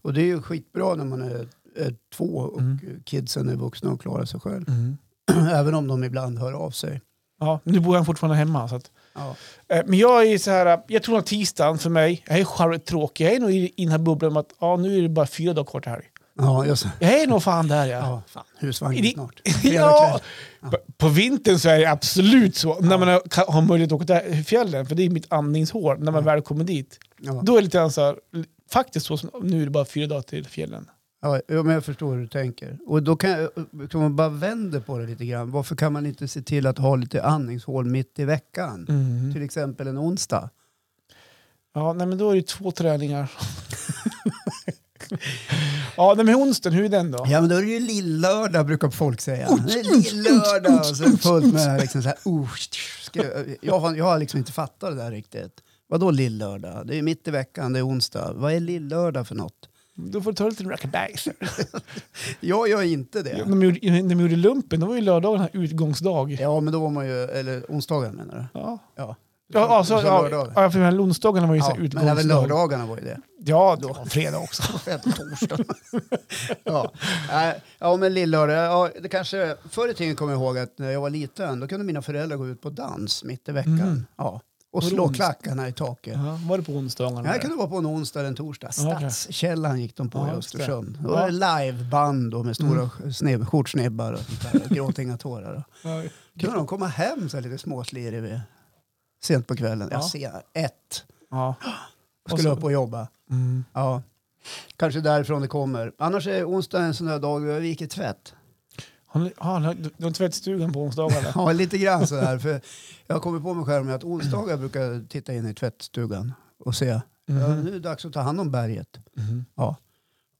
Speaker 1: Och det är ju skitbra när man är, är två och
Speaker 2: Mm.
Speaker 1: kidsen är vuxna och klarar sig själv.
Speaker 2: Mm.
Speaker 1: Även om de ibland hör av sig.
Speaker 2: Ja, nu bor han fortfarande hemma. Så att,
Speaker 1: Ja.
Speaker 2: Eh, Men jag är så här, jag tror att tisdagen för mig, jag är charmigt tråkig. Jag är nog i i den här bubblan om att ja, nu är det bara fyra dagar kvar till helg.
Speaker 1: Ja, just det.
Speaker 2: Jag är nog fan där ja.
Speaker 1: Ja, fan, husvagn
Speaker 2: Det-
Speaker 1: snart.
Speaker 2: Ja,
Speaker 1: Fredag kväll.
Speaker 2: På, på vintern så är det absolut så. När man har, kan, har möjlighet att åka till fjällen, för det är mitt andningshål när man väl kommer dit.
Speaker 1: Ja.
Speaker 2: Då är det lite grann så här, faktiskt så som, nu är det bara fyra dagar till fjällen.
Speaker 1: Ja, jo, men jag förstår hur du tänker. Och då kan, jag- kan man bara vända på det lite grann. Varför kan man inte se till att ha lite andningshål mitt i veckan?
Speaker 2: Mm.
Speaker 1: Till exempel en onsdag.
Speaker 2: Ja, nej, men då är det två träningar. ja, nej, men onsdagen, hur är den då?
Speaker 1: Ja, men då är det ju lillördag brukar folk säga. Det är Lillördag och så är det fullt med liksom så här, oh, ska- jag, har, jag har liksom inte fattat det där riktigt. Vadå lillördag? Det är ju mitt i veckan, det är onsdag. Vad är lillördag för något?
Speaker 2: Då får du ta lite rackabajs.
Speaker 1: Jag gör inte
Speaker 2: Ja.
Speaker 1: det.
Speaker 2: När, de gjorde, när de gjorde lumpen, då var ju lördagen här utgångsdag.
Speaker 1: Ja, men då var man ju, eller onsdagen menar du?
Speaker 2: Ja.
Speaker 1: Ja,
Speaker 2: Ja, alltså,
Speaker 1: Och så
Speaker 2: ja,
Speaker 1: lördagar.
Speaker 2: ja, för de här onsdagarna var ju ja,
Speaker 1: ja men även
Speaker 2: utgångsdag.
Speaker 1: lördagarna var ju det.
Speaker 2: Ja, då. Och fredag också.
Speaker 1: Fett torsdag. ja. Nej, ja, men lillördag. Ja, det kanske, förr i tiden kommer jag ihåg att när jag var liten då kunde mina föräldrar gå ut på dans mitt i veckan.
Speaker 2: Mm.
Speaker 1: Ja. Och
Speaker 2: Var det
Speaker 1: slå
Speaker 2: onsdag?
Speaker 1: klackarna i taket.
Speaker 2: Ja, var det på onsdagarna?
Speaker 1: Ja, det
Speaker 2: där?
Speaker 1: kunde vara på en onsdag eller en torsdag.
Speaker 2: Ja, okej.
Speaker 1: Stadskällan gick de på
Speaker 2: Ja, Mm.
Speaker 1: i
Speaker 2: just det.
Speaker 1: Östersund. Då var det liveband då med stora sneb- skjortsnibbar och sånt där. och Gråtinga tårar. då.
Speaker 2: Ja.
Speaker 1: Kunde de komma hem så här lite småslirig vid- sent på kvällen? Ja,
Speaker 2: Ja.
Speaker 1: sen, ett.
Speaker 2: Ja. Och
Speaker 1: Skulle
Speaker 2: så-
Speaker 1: upp och jobba.
Speaker 2: Mm.
Speaker 1: Ja, kanske därifrån det kommer. Annars är onsdag en sån där dag då jag viker tvätt.
Speaker 2: Har ni- har ni- du- du har tvättstugan på onsdagarna?
Speaker 1: Ja, lite grann så här. För jag har kommit på mig själv med att onsdagar brukar jag titta in i tvättstugan och se. Ja,
Speaker 2: Mm.
Speaker 1: nu är det dags att ta hand om berget.
Speaker 2: Mhm.
Speaker 1: Ja.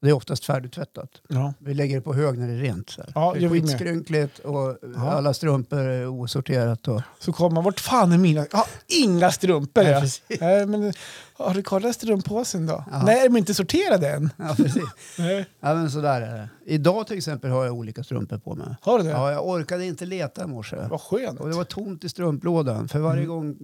Speaker 1: Det är oftast färdigtvättat.
Speaker 2: Ja.
Speaker 1: Vi lägger det på hög när det är rent. Så här.
Speaker 2: Ja,
Speaker 1: det är
Speaker 2: jag vill med.
Speaker 1: skitskrynkligt och
Speaker 2: Ja.
Speaker 1: alla strumpor är osorterat. Och...
Speaker 2: Så kommer man, vart fan är mina? Jag har inga strumpor.
Speaker 1: Ja,
Speaker 2: Ja,
Speaker 1: precis.
Speaker 2: Nej, men, har du kollat strumppåsen då?
Speaker 1: Ja.
Speaker 2: Nej, de är inte sorterade än.
Speaker 1: Ja, precis.
Speaker 2: Nej.
Speaker 1: ja, men så där är det. Idag till exempel har jag olika strumpor på mig.
Speaker 2: Har du det?
Speaker 1: Ja, jag orkade inte leta i morse.
Speaker 2: Vad skönt.
Speaker 1: Och det var tomt i strumplådan. För
Speaker 2: Mm.
Speaker 1: varje gång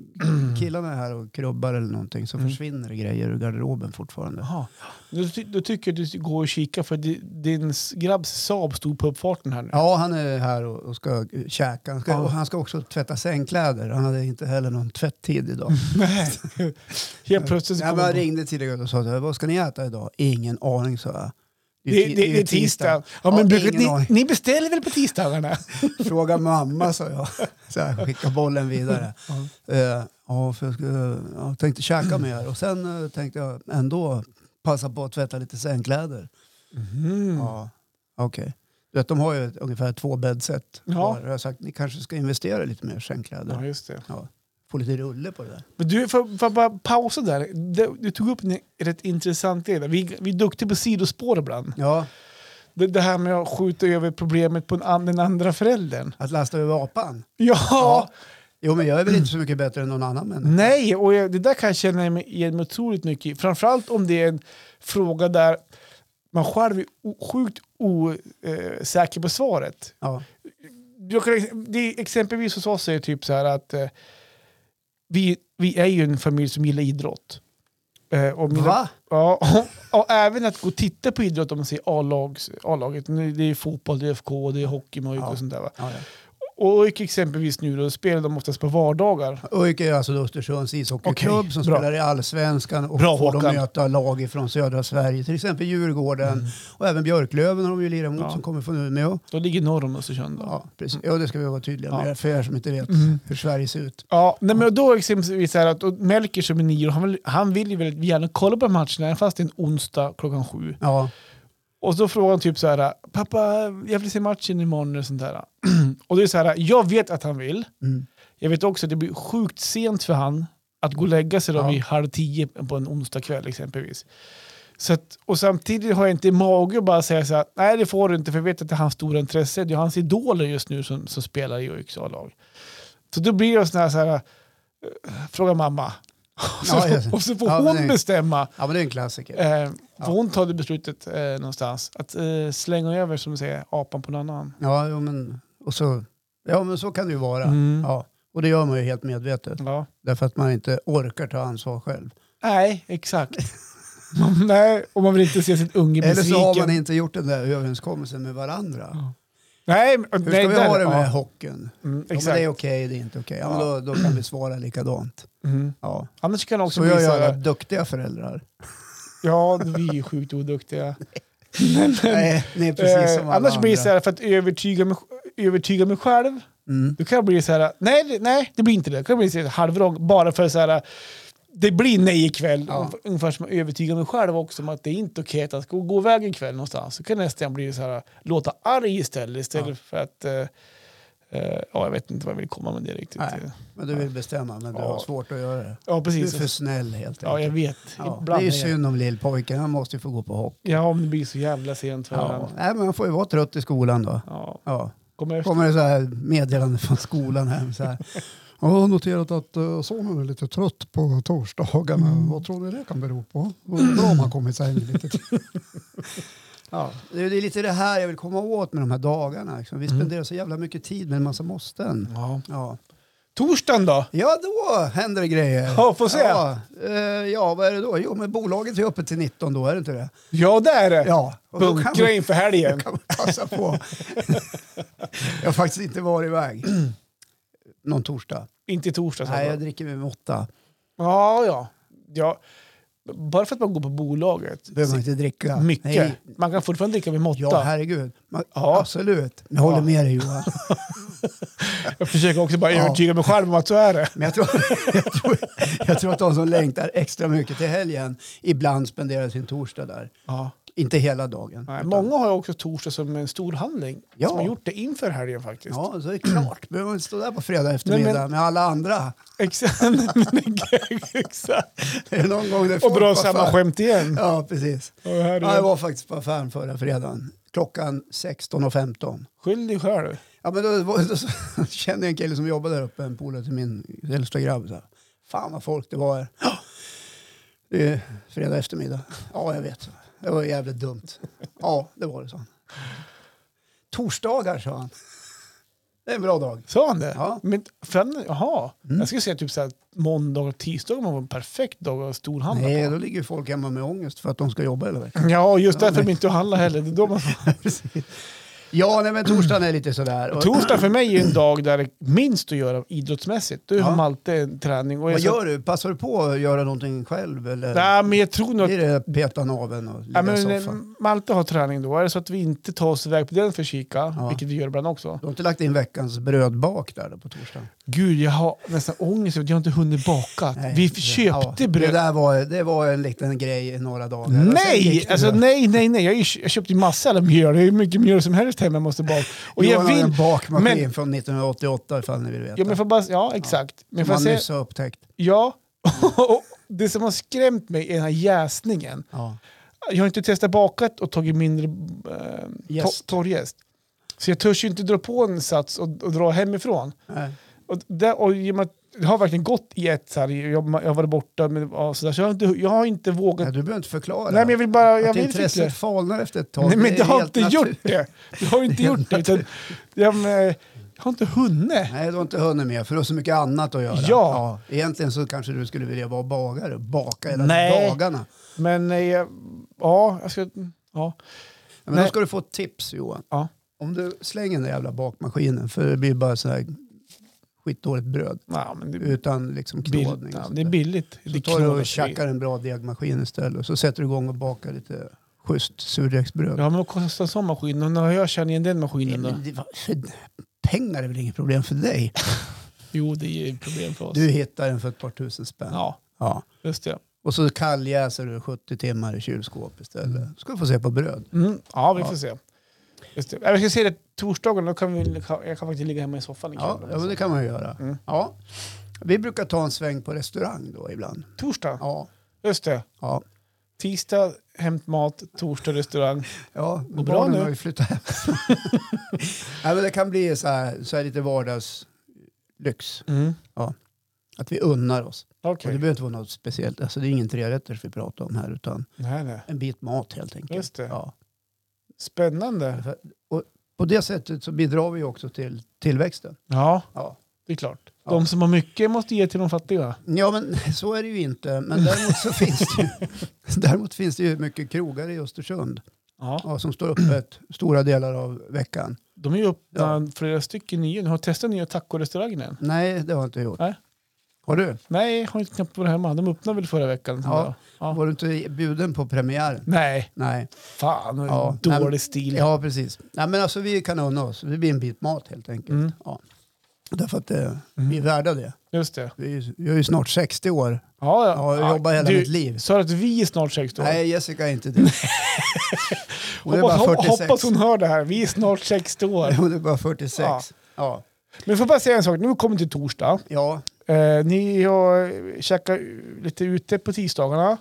Speaker 1: killarna är här och krubbar eller någonting så försvinner det grejer ur garderoben fortfarande.
Speaker 2: Jaha. Då, ty- då tycker jag att du går och kika för di- din s- grabbs Saab stod på uppfarten här nu.
Speaker 1: Ja, han är här och, och ska eh, käka. Han ska,
Speaker 2: Ja.
Speaker 1: och han ska också tvätta sängkläder. Han hade inte heller någon tvätttid idag.
Speaker 2: Nej. Helt plötsligt Mm. så
Speaker 1: Nej,
Speaker 2: kommer
Speaker 1: men jag
Speaker 2: man-
Speaker 1: ringde tidigare och sa vad ska ni äta idag? Ingen aning, sa jag.
Speaker 2: det,
Speaker 1: ti-
Speaker 2: det, det är
Speaker 1: ju
Speaker 2: tisdag. Ja, men brukar,
Speaker 1: ingen
Speaker 2: ni,
Speaker 1: aning.
Speaker 2: ni beställer väl på tisdagarna?
Speaker 1: Fråga mamma, sa jag. Så här, skicka bollen vidare. Eh, ja, för jag, skulle, jag tänkte käka med er och sen eh, tänkte jag ändå passa på att tvätta lite sängkläder.
Speaker 2: Mm.
Speaker 1: Ja, okej. Du vet, de har ju ett- ungefär två bäddset
Speaker 2: Ja.
Speaker 1: kvar. Jag har sagt, ni kanske ska investera lite mer i sängkläder.
Speaker 2: Ja, just det.
Speaker 1: Ja. få lite rulle på det där.
Speaker 2: Men du, får får jag bara pausa där. Det- Du tog upp en rätt intressant del. Vi, vi är duktiga på sidospår ibland.
Speaker 1: Ja,
Speaker 2: Det, det här med att skjuta över problemet på en an, den andra föräldern.
Speaker 1: att lasta över apan.
Speaker 2: Ja!
Speaker 1: Ja. Jo, men jag är väl inte så mycket bättre än någon annan människa.
Speaker 2: Nej, och jag, det där kan jag känna mig igen mig otroligt mycket i. Framförallt om det är en fråga där man själv är o- sjukt osäker på svaret.
Speaker 1: Ja,
Speaker 2: jag kan, det är exempelvis hos oss är det typ så här att eh, vi, vi är ju en familj som gillar idrott. Eh, och mina-
Speaker 1: Va?
Speaker 2: Ja, och, och även att gå och titta på idrott om man ser A-lags- A-laget. Nu- Det är fotboll, det är FK, det är hockey, med
Speaker 1: Ja.
Speaker 2: och sånt där. Va?
Speaker 1: ja, ja.
Speaker 2: Och ÖIK exempelvis nu då, spelar de oftast på vardagar.
Speaker 1: ÖIK är alltså då Östersunds ishockeyklubb
Speaker 2: Okej,
Speaker 1: som
Speaker 2: bra.
Speaker 1: spelar i allsvenskan och
Speaker 2: Bra,
Speaker 1: får de
Speaker 2: Håkan. Mm.
Speaker 1: möta lag ifrån södra Sverige. Till exempel Djurgården och även Björklöven har de ju lirat mot
Speaker 2: Ja.
Speaker 1: som kommer från Umeå.
Speaker 2: Då ligger norr om Östersund. då.
Speaker 1: Ja, precis. ja, det ska vi vara tydliga
Speaker 2: Ja. Mm.
Speaker 1: med för er som inte vet hur Sverige ser ut.
Speaker 2: Ja, nej, men då exempelvis så här att och Melker som är nio, han vill, han vill ju väldigt gärna kolla på matcherna, även fast det är en onsdag klockan sju.
Speaker 1: Ja,
Speaker 2: Och så frågar han typ så här, pappa jag vill se matchen imorgon och sånt där. och det är så här, jag vet att han vill.
Speaker 1: Mm.
Speaker 2: Jag vet också att det blir sjukt sent för han att gå och lägga sig då
Speaker 1: Ja.
Speaker 2: vid halv tio på en onsdag kväll exempelvis. Så att, och samtidigt har jag inte mage att bara säga så här, nej det får du inte för jag vet att det är hans stora intresse. Det är hans idoler just nu som, som spelar i ÖIKs A-lag. Så då blir det sån här, så här eh, fråga mamma. Och så,
Speaker 1: Ja, jag ser.
Speaker 2: och så får
Speaker 1: Ja,
Speaker 2: hon
Speaker 1: det-
Speaker 2: bestämma.
Speaker 1: ja men det är en klassiker.
Speaker 2: Eh, för
Speaker 1: Ja.
Speaker 2: hon tar det beslutet eh, någonstans. Att eh, slänga över, som du säger, apan på någon annan.
Speaker 1: Ja, jo, men, och så, ja, men så kan det ju vara.
Speaker 2: Mm.
Speaker 1: Ja. Och det gör man ju helt medvetet.
Speaker 2: Ja.
Speaker 1: Därför att man inte orkar ta ansvar själv.
Speaker 2: Nej, exakt. Man- Nej, och man vill inte se sin unge
Speaker 1: Eller
Speaker 2: besviken.
Speaker 1: så har man inte gjort den där överenskommelsen med varandra.
Speaker 2: Ja. Nej, men-
Speaker 1: Hur
Speaker 2: nej,
Speaker 1: ska vi
Speaker 2: där-
Speaker 1: ha det med
Speaker 2: Ja,
Speaker 1: hockeyn?
Speaker 2: mm,
Speaker 1: Ja, men
Speaker 2: exakt.
Speaker 1: det är okej, det är inte okej. Ja, men då, då kan vi svara likadant.
Speaker 2: mm.
Speaker 1: Ja.
Speaker 2: Annars kan det också
Speaker 1: Så
Speaker 2: bli
Speaker 1: gör
Speaker 2: så
Speaker 1: jag
Speaker 2: här,
Speaker 1: duktiga föräldrar.
Speaker 2: ja, vi är ju sjukt oduktiga.
Speaker 1: Nej, ni är precis som
Speaker 2: Eh,
Speaker 1: alla
Speaker 2: annars blir det
Speaker 1: andra.
Speaker 2: så här, för att övertyga mig, övertyga mig själv,
Speaker 1: Mm.
Speaker 2: då kan jag bli så här, nej, det- nej, det blir inte det. Det kan bli så här halvvrång, bara för så här, det blir nej ikväll.
Speaker 1: Ja.
Speaker 2: Ungefär som jag övertygar mig själv också om att det är inte okej att jag ska gå iväg ikväll någonstans. Så kan jag nästan bli så här, låta arg istället, istället
Speaker 1: Ja.
Speaker 2: för att... eh, eh, ja, jag vet inte vad jag vill komma med det riktigt.
Speaker 1: Nej. Men du vill bestämma, men du
Speaker 2: Ja.
Speaker 1: har svårt att göra det.
Speaker 2: Ja,
Speaker 1: Du är för
Speaker 2: precis.
Speaker 1: snäll helt
Speaker 2: Ja, jag
Speaker 1: enkelt.
Speaker 2: vet.
Speaker 1: Ja, det är
Speaker 2: Ibland
Speaker 1: ju
Speaker 2: är jag-
Speaker 1: synd om lillpojken, han måste ju få gå på hockey.
Speaker 2: Ja, om det blir så jävla sent för
Speaker 1: Ja.
Speaker 2: ja.
Speaker 1: Nej, men han får ju vara trött i skolan då.
Speaker 2: ja.
Speaker 1: Ja.
Speaker 2: Kommer efter.
Speaker 1: kommer det så här meddelande från skolan hem. Så här. Jag har noterat att eh, sonen är lite trött på torsdagarna.
Speaker 2: Mm.
Speaker 1: Vad tror ni det kan bero på? Vad bra om han kommit sig lite tid. ja, det är det är lite det här jag vill komma åt med de här dagarna. Liksom.
Speaker 2: Mm.
Speaker 1: Vi spenderar så jävla mycket tid med en massa måsten.
Speaker 2: Ja.
Speaker 1: Ja,
Speaker 2: Torsdagen då?
Speaker 1: ja då händer det grejer.
Speaker 2: Ja, får se.
Speaker 1: Ja, eh, ja, vad är det då? Jo, men bolaget är öppet till 19 då, är det inte det?
Speaker 2: Ja, det är det.
Speaker 1: Ja. och då kan man-
Speaker 2: Bunkra inför helgen.
Speaker 1: jag kan man passa på. jag har faktiskt inte varit iväg någon torsdag.
Speaker 2: Inte torsdag. så
Speaker 1: Nej,
Speaker 2: då.
Speaker 1: jag dricker med måtta.
Speaker 2: Ja, ja. ja. Bara för att man går på bolaget.
Speaker 1: behöver man inte dricka.
Speaker 2: Mycket.
Speaker 1: Nej.
Speaker 2: Man kan fortfarande dricka med måtta.
Speaker 1: Ja, herregud. Man,
Speaker 2: Ja.
Speaker 1: Absolut. Jag håller
Speaker 2: Ja.
Speaker 1: med dig Johan.
Speaker 2: Jag försöker också bara
Speaker 1: Ja.
Speaker 2: övertyga mig själv om att så är det.
Speaker 1: Men jag tror, jag, tror, jag tror att de som längtar extra mycket till helgen ibland spenderar sin torsdag där.
Speaker 2: Ja.
Speaker 1: Inte hela dagen.
Speaker 2: Nej,
Speaker 1: utan-
Speaker 2: många har ju också torsdag som en stor handling.
Speaker 1: Ja.
Speaker 2: Som har gjort det inför helgen faktiskt.
Speaker 1: Ja, så är det klart. behöver man inte stå där på fredag eftermiddag
Speaker 2: Nej, men-
Speaker 1: med alla andra.
Speaker 2: Exakt. Exakt.
Speaker 1: Är det någon gång där
Speaker 2: Och
Speaker 1: folk
Speaker 2: dra
Speaker 1: var
Speaker 2: samma
Speaker 1: för-
Speaker 2: skämt igen.
Speaker 1: Ja, precis.
Speaker 2: Och här
Speaker 1: Ja, jag
Speaker 2: är
Speaker 1: var faktiskt på affären förra fredagen. Klockan 16.15.
Speaker 2: Skyll dig själv.
Speaker 1: Ja, men då, var- då, så kände jag en kille som jobbade där uppe, en polare till min äldsta grabb. Så här, Fan vad folk det var här. "Ja, Det är fredag eftermiddag. Ja, jag vet. Det var jävligt dumt. Ja, det var det, sa han. Torsdagar, sa han. Det är en bra dag.
Speaker 2: Sa han det?
Speaker 1: Ja.
Speaker 2: Men fan, jaha.
Speaker 1: Mm.
Speaker 2: Jag skulle säga typ så här, måndag och tisdag var en perfekt dag att storhandla
Speaker 1: Nej,
Speaker 2: på.
Speaker 1: då ligger ju folk hemma med ångest för att de ska jobba hela veckan.
Speaker 2: Ja, just därför de inte handlar heller. Det är då man
Speaker 1: Ja, nej, men torsdagen är lite sådär. Och,
Speaker 2: Torsdag för mig är en dag där det är minst att göra idrottsmässigt. Du
Speaker 1: Ja.
Speaker 2: har Malte en träning. Och jag
Speaker 1: vad
Speaker 2: sa-
Speaker 1: gör du? Passar du på att göra någonting själv? Eller?
Speaker 2: Nej, men jag tror nog att
Speaker 1: Blir det peta naveln och ligga
Speaker 2: ja,
Speaker 1: i
Speaker 2: men,
Speaker 1: soffan?
Speaker 2: eh, Malte har träning då. Är det så att vi inte tar oss iväg på den för att kika,
Speaker 1: Ja.
Speaker 2: vilket vi gör ibland också.
Speaker 1: Du har inte lagt in veckans brödbak där då på torsdagen?
Speaker 2: Gud, jag har nästan ångest över att jag inte hunnit baka.
Speaker 1: Nej.
Speaker 2: vi
Speaker 1: Ja.
Speaker 2: köpte
Speaker 1: Det,
Speaker 2: bröd.
Speaker 1: där var, det var en liten grej i några dagar. Och sen gick
Speaker 2: Nej!
Speaker 1: det
Speaker 2: Alltså,
Speaker 1: bra.
Speaker 2: nej, nej, nej. Jag, har ju kö- jag köpte ju massa jävla mjöl. Det är hur mycket mjöl som helst bakluft hemma måste bak. Och
Speaker 1: Johan
Speaker 2: jag
Speaker 1: har en
Speaker 2: vill...
Speaker 1: bakmaskin
Speaker 2: men-
Speaker 1: från 1988 ifall ni vill veta.
Speaker 2: Ja, men för bara, ja exakt.
Speaker 1: som
Speaker 2: Men för
Speaker 1: man
Speaker 2: att säga,
Speaker 1: nyss har upptäckt.
Speaker 2: ja. Och det som har skrämt mig är den här jäsningen.
Speaker 1: Ja.
Speaker 2: Jag har inte testat bakat och tagit mindre eh,
Speaker 1: Jäst.
Speaker 2: to- torrjäst. Så jag törs ju inte dra på en sats och, och dra hemifrån.
Speaker 1: Nej.
Speaker 2: Och där, och i och med att det har verkligen gått i ett så här, jag, jag har varit borta med, och så, där, så jag, har inte, jag har inte vågat.
Speaker 1: Nej, du behöver inte förklara.
Speaker 2: Nej men jag vill bara, jag
Speaker 1: att
Speaker 2: vill
Speaker 1: intresset
Speaker 2: inte.
Speaker 1: falnar efter ett tag.
Speaker 2: Nej men
Speaker 1: är
Speaker 2: jag har
Speaker 1: helt
Speaker 2: inte
Speaker 1: naturligt.
Speaker 2: gjort det. Jag har inte
Speaker 1: Det är helt
Speaker 2: gjort det. Utan, jag, men, eh, jag har inte hunnit.
Speaker 1: Nej, du har inte hunnit med för du har så mycket annat att göra.
Speaker 2: Ja.
Speaker 1: Egentligen så kanske du skulle vilja vara bagare och baka hela
Speaker 2: Nej.
Speaker 1: dagarna.
Speaker 2: Men eh, jag- ja, jag ska... Ja.
Speaker 1: Men
Speaker 2: Nej.
Speaker 1: då ska du få ett tips Johan.
Speaker 2: Ja.
Speaker 1: Om du slänger den där jävla bakmaskinen för det blir bara så här skitdåligt bröd
Speaker 2: ja men det, är
Speaker 1: utan liksom
Speaker 2: billigt,
Speaker 1: knådning. och
Speaker 2: ja,
Speaker 1: sånt
Speaker 2: det är
Speaker 1: där.
Speaker 2: billigt.
Speaker 1: Så
Speaker 2: Det
Speaker 1: tar du
Speaker 2: knådas
Speaker 1: och
Speaker 2: i.
Speaker 1: tjackar en bra degmaskin istället och så sätter du igång och bakar lite schysst surdegsbröd.
Speaker 2: Ja men vad kostar en sån maskin? Och när jag känner igen den maskinen då?
Speaker 1: Men det var- för pengar är väl inget problem för dig?
Speaker 2: Jo det är ju problem för oss.
Speaker 1: Du hittar den för ett par tusen spänn.
Speaker 2: Ja,
Speaker 1: Ja.
Speaker 2: just det.
Speaker 1: Och så kalljäser du 70 timmar i kylskåp istället. ska du få se på bröd.
Speaker 2: Mm, ja vi
Speaker 1: Ja.
Speaker 2: får se. Just det. Jag ska se det torsdagen, då kan vi, jag kan faktiskt ligga hemma i soffan
Speaker 1: Ja,
Speaker 2: ikväll.
Speaker 1: ja men det kan man ju göra.
Speaker 2: Mm.
Speaker 1: Ja. Vi brukar ta en sväng på restaurang då ibland.
Speaker 2: Torsdag,
Speaker 1: Ja,
Speaker 2: just det.
Speaker 1: ja.
Speaker 2: Tisdag hämtmat, torsdag restaurang.
Speaker 1: ja men
Speaker 2: bra
Speaker 1: barnen
Speaker 2: nu.
Speaker 1: har ju flyttat hem. Nej, men det kan bli så här, så här lite vardagslyx.
Speaker 2: Mm.
Speaker 1: Att vi unnar oss. Och
Speaker 2: Okej,
Speaker 1: det behöver inte vara något speciellt. Alltså, det är ingen trerätters vi pratar om här utan
Speaker 2: nej, nej.
Speaker 1: en bit mat helt enkelt.
Speaker 2: Just det.
Speaker 1: Ja.
Speaker 2: spännande.
Speaker 1: På det sättet så bidrar vi ju också till tillväxten.
Speaker 2: Ja,
Speaker 1: Ja.
Speaker 2: det är klart.
Speaker 1: Ja.
Speaker 2: De som har mycket måste ge till de fattiga.
Speaker 1: Ja, men så är det ju inte. Men däremot, så finns, det ju, däremot finns det ju mycket krogar i Östersund
Speaker 2: Ja.
Speaker 1: ja, som står öppet stora delar av veckan.
Speaker 2: De är ju öppna flera stycken nya. Har du testat nya tacorestaurangen än?
Speaker 1: Nej, det har jag inte gjort.
Speaker 2: Nej.
Speaker 1: Har du?
Speaker 2: Nej, har inte knappt varit hemma. De öppnade väl förra veckan? tror
Speaker 1: Ja.
Speaker 2: jag. ja.
Speaker 1: Var du inte bjuden på premiären?
Speaker 2: Nej,
Speaker 1: Nej.
Speaker 2: fan
Speaker 1: Ja.
Speaker 2: dålig
Speaker 1: Nej, men-
Speaker 2: stil.
Speaker 1: Ja, precis. Nej, men alltså vi kan unna oss. Det blir en bit mat helt enkelt.
Speaker 2: Mm.
Speaker 1: Ja. Därför att eh,
Speaker 2: Mm.
Speaker 1: vi är värda det.
Speaker 2: Just det.
Speaker 1: Vi är, ju- jag är ju snart 60 år.
Speaker 2: Ja,
Speaker 1: Ja, jag jobbar hela
Speaker 2: du,
Speaker 1: mitt liv.
Speaker 2: Sa du att vi är snart 60 år?
Speaker 1: Nej, Jessica är inte det. Hon är
Speaker 2: hoppas,
Speaker 1: bara
Speaker 2: hop-
Speaker 1: 46.
Speaker 2: hoppas hon hör det här. Vi är snart 60 år.
Speaker 1: Hon är bara 46.
Speaker 2: Ja.
Speaker 1: Ja. Ja.
Speaker 2: Men jag får bara säga en sak. Nu kommer det till torsdag.
Speaker 1: Ja.
Speaker 2: Eh, ni har käkat lite ute på tisdagarna.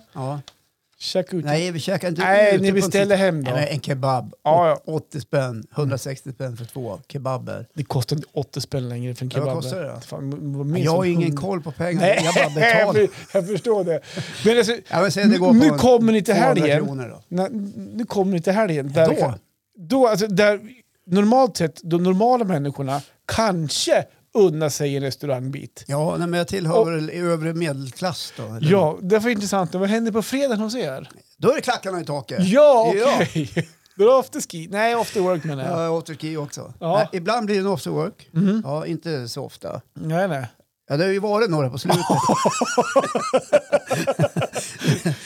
Speaker 2: Käka ute.
Speaker 1: Nej, vi käkar inte
Speaker 2: Nej
Speaker 1: ute
Speaker 2: ni
Speaker 1: på en
Speaker 2: beställer hem då.
Speaker 1: Nej, men en kebab.
Speaker 2: Ja, ja.
Speaker 1: 80 spänn, 160 spänn för två kebaber.
Speaker 2: Det kostar inte 80 spänn längre för en
Speaker 1: Ja,
Speaker 2: kebab.
Speaker 1: vad kostar det då?
Speaker 2: Fan, vad minst
Speaker 1: Jag har
Speaker 2: som
Speaker 1: ingen
Speaker 2: hund-
Speaker 1: koll på pengar.
Speaker 2: Nej,
Speaker 1: Jag bara
Speaker 2: jag,
Speaker 1: betalar.
Speaker 2: för- jag förstår det. Men alltså,
Speaker 1: Ja, men säg att det går
Speaker 2: Nu-
Speaker 1: på
Speaker 2: nu kommer ni till
Speaker 1: 200
Speaker 2: helgen.
Speaker 1: kronor Då.
Speaker 2: när, nu kommer ni till helgen.
Speaker 1: Då?
Speaker 2: Där vi kan- då alltså, där, normalt sett, de normala människorna kanske unnar sig en restaurangbit.
Speaker 1: Ja, nej, men jag tillhör väl övre medelklass då. eller?
Speaker 2: Ja, därför är det intressant. Vad händer på fredagen hos er?
Speaker 1: Då är det klackarna i taket.
Speaker 2: Ja, okej! Då är det afterski. Nej, afterwork menar jag.
Speaker 1: Ja, afterski också.
Speaker 2: Ja.
Speaker 1: Nej, ibland blir det en afterwork.
Speaker 2: Mhm.
Speaker 1: Ja, inte så ofta.
Speaker 2: Nej, nej.
Speaker 1: Ja, det har ju varit några på slutet.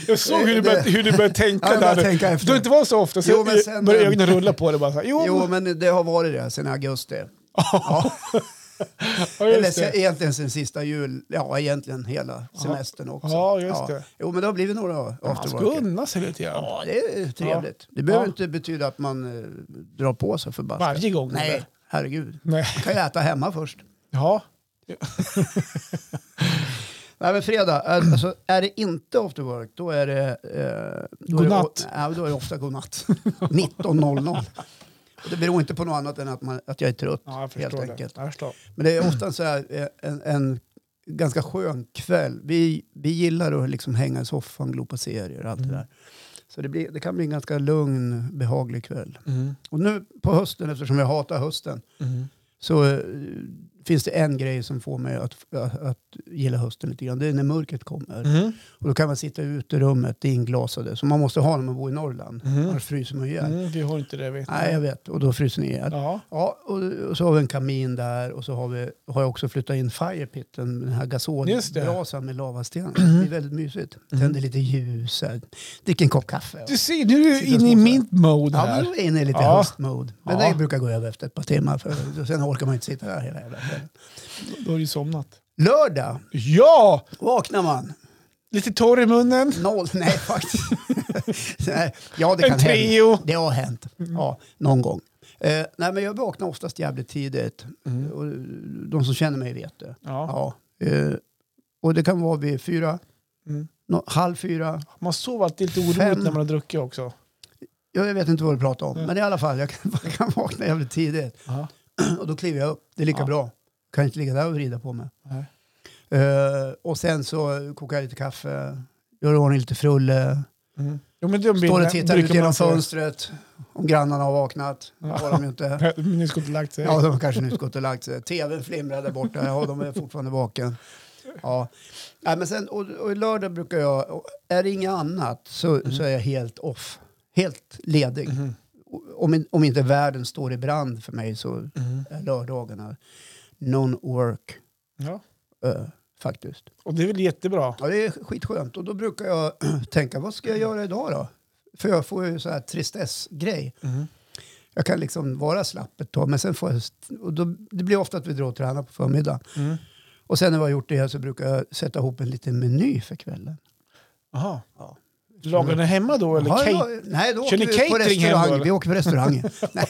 Speaker 2: Jag såg hur du började, hur du började tänka
Speaker 1: Ja, jag började
Speaker 2: där.
Speaker 1: tänka efter.
Speaker 2: Du inte var så ofta, så
Speaker 1: Jo, men
Speaker 2: jag-
Speaker 1: sen-
Speaker 2: började ögonen rulla på det bara. Så här, jo,
Speaker 1: jo, men det har varit det sedan augusti. Ja.
Speaker 2: ja,
Speaker 1: Eller
Speaker 2: just
Speaker 1: se,
Speaker 2: det.
Speaker 1: egentligen sen sista jul, ja egentligen hela semestern också.
Speaker 2: Ja, just det.
Speaker 1: Jo, men det har blivit några
Speaker 2: Man ska
Speaker 1: afterworker.
Speaker 2: unna sig lite grann.
Speaker 1: Ja, det är trevligt. Det behöver
Speaker 2: Ja.
Speaker 1: inte betyda att man eh, drar på sig förbaskat.
Speaker 2: Varje gång.
Speaker 1: Nej,
Speaker 2: eller?
Speaker 1: herregud.
Speaker 2: nej.
Speaker 1: Man kan ju äta hemma först.
Speaker 2: Ja.
Speaker 1: Nej, men fredag, eh, alltså, är det inte after work, då är det... Eh, då
Speaker 2: Godnatt.
Speaker 1: Är det, nej, då är det ofta godnatt. 19.00. Och Det beror inte på något annat än att, man, att jag är trött.
Speaker 2: ja, jag förstår
Speaker 1: Helt
Speaker 2: det.
Speaker 1: enkelt.
Speaker 2: Jag förstår.
Speaker 1: Men det är ofta en, så här, eh, en, en ganska skön kväll. Vi, vi gillar att liksom hänga i soffan, glo på serier och allt
Speaker 2: Mm.
Speaker 1: det där. Så det, blir, det kan bli en ganska lugn, behaglig kväll.
Speaker 2: Mm.
Speaker 1: Och nu på hösten, eftersom jag hatar hösten,
Speaker 2: Mm.
Speaker 1: så eh, finns det en grej som får mig att, att, att gilla hösten lite grann. Det är när mörkret kommer.
Speaker 2: Mm.
Speaker 1: Och då kan man sitta ute i rummet, det är inglasade, som man måste ha när man bor i Norrland.
Speaker 2: Mm.
Speaker 1: Annars fryser man ihjäl.
Speaker 2: Mm. Vi har inte det, vet
Speaker 1: Nej, jag vet. Och då fryser ni ihjäl.
Speaker 2: Ja.
Speaker 1: Ja, och, och så har vi en kamin där och så har, vi, har jag också flyttat in firepitten, den här
Speaker 2: Just det. Mhm.
Speaker 1: gasolbrasan med lavasten. Det är väldigt mysigt. Tänder lite ljus, här. dricker en kopp kaffe.
Speaker 2: Du ser, nu är du
Speaker 1: Sitter och
Speaker 2: inne i
Speaker 1: småsar.
Speaker 2: mint mode
Speaker 1: Ja, men
Speaker 2: här.
Speaker 1: då är ni lite
Speaker 2: Ja.
Speaker 1: höstmode. Men
Speaker 2: Ja.
Speaker 1: det brukar gå över efter ett par timmar, för sen orkar man inte sitta där hela jävla kvällen.
Speaker 2: Då har du somnat.
Speaker 1: Lördag
Speaker 2: Ja!
Speaker 1: vaknar man.
Speaker 2: Lite torr i munnen.
Speaker 1: Noll, nej faktiskt. Nej, ja, det
Speaker 2: En
Speaker 1: kan hända.
Speaker 2: trio. Mm.
Speaker 1: Det har hänt. Ja, någon gång. Eh, nej, men jag vaknar oftast jävligt tidigt.
Speaker 2: Mm.
Speaker 1: Och de som känner mig vet det.
Speaker 2: Ja.
Speaker 1: Ja. Eh, och det kan vara vid fyra,
Speaker 2: Mm.
Speaker 1: nå- halv fyra.
Speaker 2: Man sover alltid lite oroligt
Speaker 1: Fem.
Speaker 2: när man har druckit också.
Speaker 1: Jag, jag vet inte vad du pratar om,
Speaker 2: Mm.
Speaker 1: men i alla fall, jag kan, jag kan vakna jävligt tidigt.
Speaker 2: Ja.
Speaker 1: Och då kliver jag upp. Det är lika
Speaker 2: Ja.
Speaker 1: bra. Kan inte ligga där och vrida på mig.
Speaker 2: Nej.
Speaker 1: Eh, och sen så kokar jag lite kaffe, gör i ordning lite frulle,
Speaker 2: Mm. Jo, men de
Speaker 1: står
Speaker 2: bilderna
Speaker 1: och tittar
Speaker 2: brukar
Speaker 1: ut
Speaker 2: man
Speaker 1: genom
Speaker 2: se.
Speaker 1: fönstret om grannarna har vaknat. Det
Speaker 2: Ja.
Speaker 1: har de ju inte.
Speaker 2: Men ni skulle inte lagt sig.
Speaker 1: Ja, de har kanske nyss gått och lagt sig. Tvn flimrar där borta. Ja, de är fortfarande vaken. Ja. Nej, men sen, och, och i lördag brukar jag, och är det inget annat så, så är jag helt off. Helt ledig.
Speaker 2: Mhm.
Speaker 1: O- Om, in- om inte världen står i brand för mig så
Speaker 2: Mhm.
Speaker 1: är lördagarna non-work
Speaker 2: Ja.
Speaker 1: eh, faktiskt.
Speaker 2: Och det är väl jättebra.
Speaker 1: Ja, det är skitskönt. Och då brukar jag tänka, vad ska jag göra idag då? För jag får ju så här tristessgrej.
Speaker 2: Mm.
Speaker 1: Jag kan liksom vara slapp ett tag, men sen får jag... st- Och då, det blir ofta att vi drar och tränar på förmiddagen.
Speaker 2: Mm.
Speaker 1: Och sen när vi har gjort det så brukar jag sätta ihop en liten meny för kvällen.
Speaker 2: Aha.
Speaker 1: Ja.
Speaker 2: Lagar ni hemma då? Eller
Speaker 1: Ja,
Speaker 2: Kate?
Speaker 1: ja, nej, då
Speaker 2: Kör
Speaker 1: åker
Speaker 2: ni
Speaker 1: vi på
Speaker 2: catering hem då,
Speaker 1: restaurang.
Speaker 2: eller?
Speaker 1: Vi åker på restaurang. nej.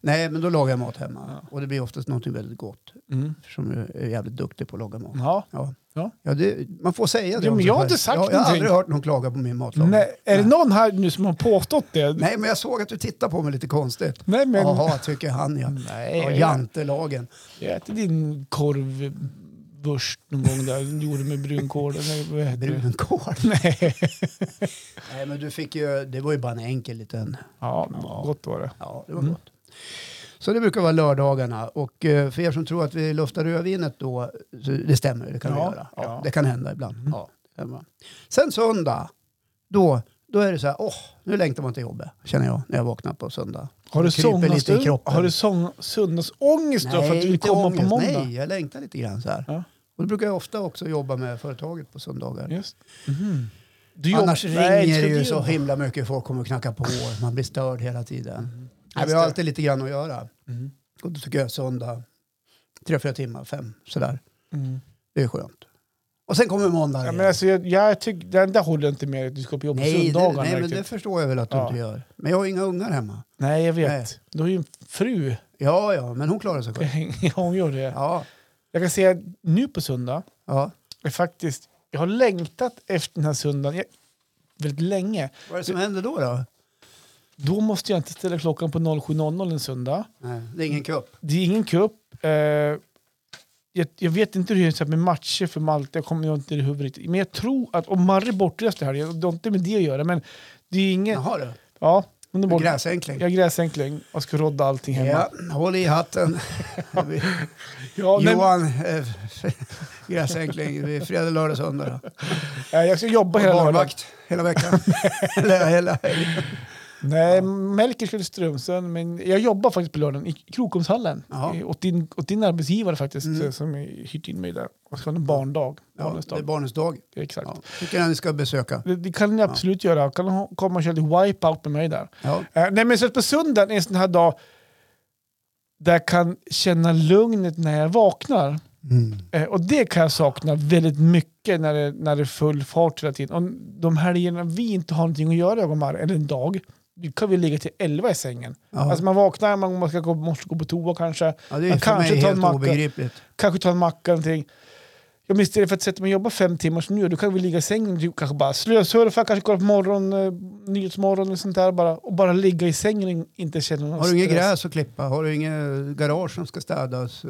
Speaker 1: nej, men då lagar jag mat hemma. Och det blir oftast något väldigt gott.
Speaker 2: Mm.
Speaker 1: Som jag är jävligt duktig på att laga mat.
Speaker 2: Ja.
Speaker 1: Ja.
Speaker 2: Ja.
Speaker 1: Ja, det, man får säga det.
Speaker 2: Ja,
Speaker 1: om
Speaker 2: men
Speaker 1: sig
Speaker 2: jag har
Speaker 1: själv.
Speaker 2: inte sagt
Speaker 1: ja, Jag har aldrig
Speaker 2: någonting.
Speaker 1: hört någon klaga på min matlagning.
Speaker 2: Nej. Är det någon här nu som har påstått det?
Speaker 1: Nej, men jag såg att du tittar på mig lite konstigt.
Speaker 2: Nej, men...
Speaker 1: Jaha, tycker han ja.
Speaker 2: Nej,
Speaker 1: ja
Speaker 2: jag-
Speaker 1: jantelagen.
Speaker 2: Jag äter din korvburst någon gång där. Du gjorde med brunkål. eller vad heter det?
Speaker 1: Brunkål.
Speaker 2: Mm. Nej.
Speaker 1: Nej, men du fick ju, det var ju bara en enkel liten,
Speaker 2: Ja, gott var det.
Speaker 1: ja det var
Speaker 2: Mm.
Speaker 1: gott. Så det brukar vara lördagarna och eh, för er som tror att vi luftar rödvinet då, så det stämmer, det kan vi
Speaker 2: Ja,
Speaker 1: göra. Ja,
Speaker 2: ja.
Speaker 1: Det kan hända ibland. Ja, det kan vara. Sen söndag, då, då är det så här, åh, nu längtar man till jobbet, känner jag när jag vaknar på söndag.
Speaker 2: Har du,
Speaker 1: Det kryper
Speaker 2: somnas,
Speaker 1: lite i kroppen.
Speaker 2: har du sång, söndagsångest då för att du vill
Speaker 1: inte
Speaker 2: komma på
Speaker 1: ångest.
Speaker 2: måndag?
Speaker 1: Nej, jag längtar lite grann så här.
Speaker 2: Ja.
Speaker 1: Och då brukar jag ofta också jobba med företaget på söndagar.
Speaker 2: Just. Mhm. Du jobb-
Speaker 1: Annars
Speaker 2: Nej,
Speaker 1: ringer
Speaker 2: ska
Speaker 1: det ju
Speaker 2: du
Speaker 1: så
Speaker 2: jobba?
Speaker 1: himla mycket. Folk kommer och knackar på. Man blir störd hela tiden. Nej, vi
Speaker 2: Mm, Just
Speaker 1: har
Speaker 2: det.
Speaker 1: alltid lite grann att göra.
Speaker 2: Mm.
Speaker 1: Och då tycker jag söndag, tre, fyra timmar, fem sådär.
Speaker 2: Mm.
Speaker 1: Det är skönt. Och sen kommer måndagen.
Speaker 2: Ja, men
Speaker 1: igen.
Speaker 2: alltså, jag, jag tycker, den där håller jag inte med att du ska på jobb på
Speaker 1: nej, det,
Speaker 2: söndagarna.
Speaker 1: nej men
Speaker 2: riktigt.
Speaker 1: det förstår jag väl att du
Speaker 2: Ja.
Speaker 1: inte gör. Men jag har inga ungar hemma.
Speaker 2: nej, jag vet.
Speaker 1: Nej.
Speaker 2: Du har ju en fru.
Speaker 1: Ja, ja, men hon klarar sig själv.
Speaker 2: Ja, hon gör det.
Speaker 1: Ja,
Speaker 2: Jag kan säga att nu på söndag,
Speaker 1: ja.
Speaker 2: är faktiskt, jag har längtat efter den här söndagen jag, väldigt länge.
Speaker 1: Vad är det som händer då? då?
Speaker 2: Då måste jag inte ställa klockan på 07.00 en söndag.
Speaker 1: Nej, det är ingen kupp.
Speaker 2: Det är ingen cup. Eh, jag, jag vet inte hur det är så här med matcher för Malta, jag kommer ju inte i huvudet riktigt. Men jag tror att om Marre är bortrest här, jag- det har inte med det att göra, men det är ingen...
Speaker 1: Jaha du,
Speaker 2: Ja, hon är
Speaker 1: Du är
Speaker 2: bort.
Speaker 1: gräsänkling.
Speaker 2: Jag är gräsänkling och ska rodda allting hemma.
Speaker 1: Ja, håll i hatten.
Speaker 2: Ja, nej,
Speaker 1: Johan, eh, gräsänkling, det är fredag, lördag, söndag. då.
Speaker 2: eh, jag ska jobba
Speaker 1: Och
Speaker 2: hela lördagen.
Speaker 1: barnvakt hela veckan. Eller hela
Speaker 2: Nej, Melker skulle till Strömsund, men jag jobbar faktiskt på lördagen i Krokomshallen.
Speaker 1: Jaha.
Speaker 2: Eh, Åt din, åt din arbetsgivare faktiskt,
Speaker 1: Mm.
Speaker 2: eh, som hyrt in mig där. Och ska ha en barndag.
Speaker 1: ja,
Speaker 2: barnens
Speaker 1: det är
Speaker 2: dag.
Speaker 1: barnens dag.
Speaker 2: Exakt.
Speaker 1: Ja, tycker jag ni ska besöka.
Speaker 2: Det, det kan ni absolut göra. Kan ha- komma och köra lite wipeout med mig där.
Speaker 1: Ja.
Speaker 2: Eh, nej, men så att på söndagen är en sån här dag där jag kan känna lugnet när jag vaknar.
Speaker 1: Mm.
Speaker 2: Eh, och det kan jag sakna väldigt mycket när det, när det är full fart hela tiden. Och de helgerna vi inte har någonting att göra, jag och Mar, eller en dag, då kan vi ligga till elva i sängen.
Speaker 1: Ja.
Speaker 2: Alltså man vaknar, man måste gå, måste gå på toa kanske,
Speaker 1: ja, det är
Speaker 2: man
Speaker 1: för
Speaker 2: kanske
Speaker 1: mig
Speaker 2: tar en
Speaker 1: helt
Speaker 2: macka.
Speaker 1: obegripligt.
Speaker 2: kanske ta en macka eller någonting. Jag minns istället för att sätta mig och jobba fem timmar som nu, då kan vi ligga i sängen och kanske bara slösurfa, kanske kolla på morgon, eh, nyhetsmorgon och sånt där bara, och bara ligga i sängen och inte känna någon
Speaker 1: Har du inget
Speaker 2: stress.
Speaker 1: gräs att klippa? Har du inget garage som ska städas?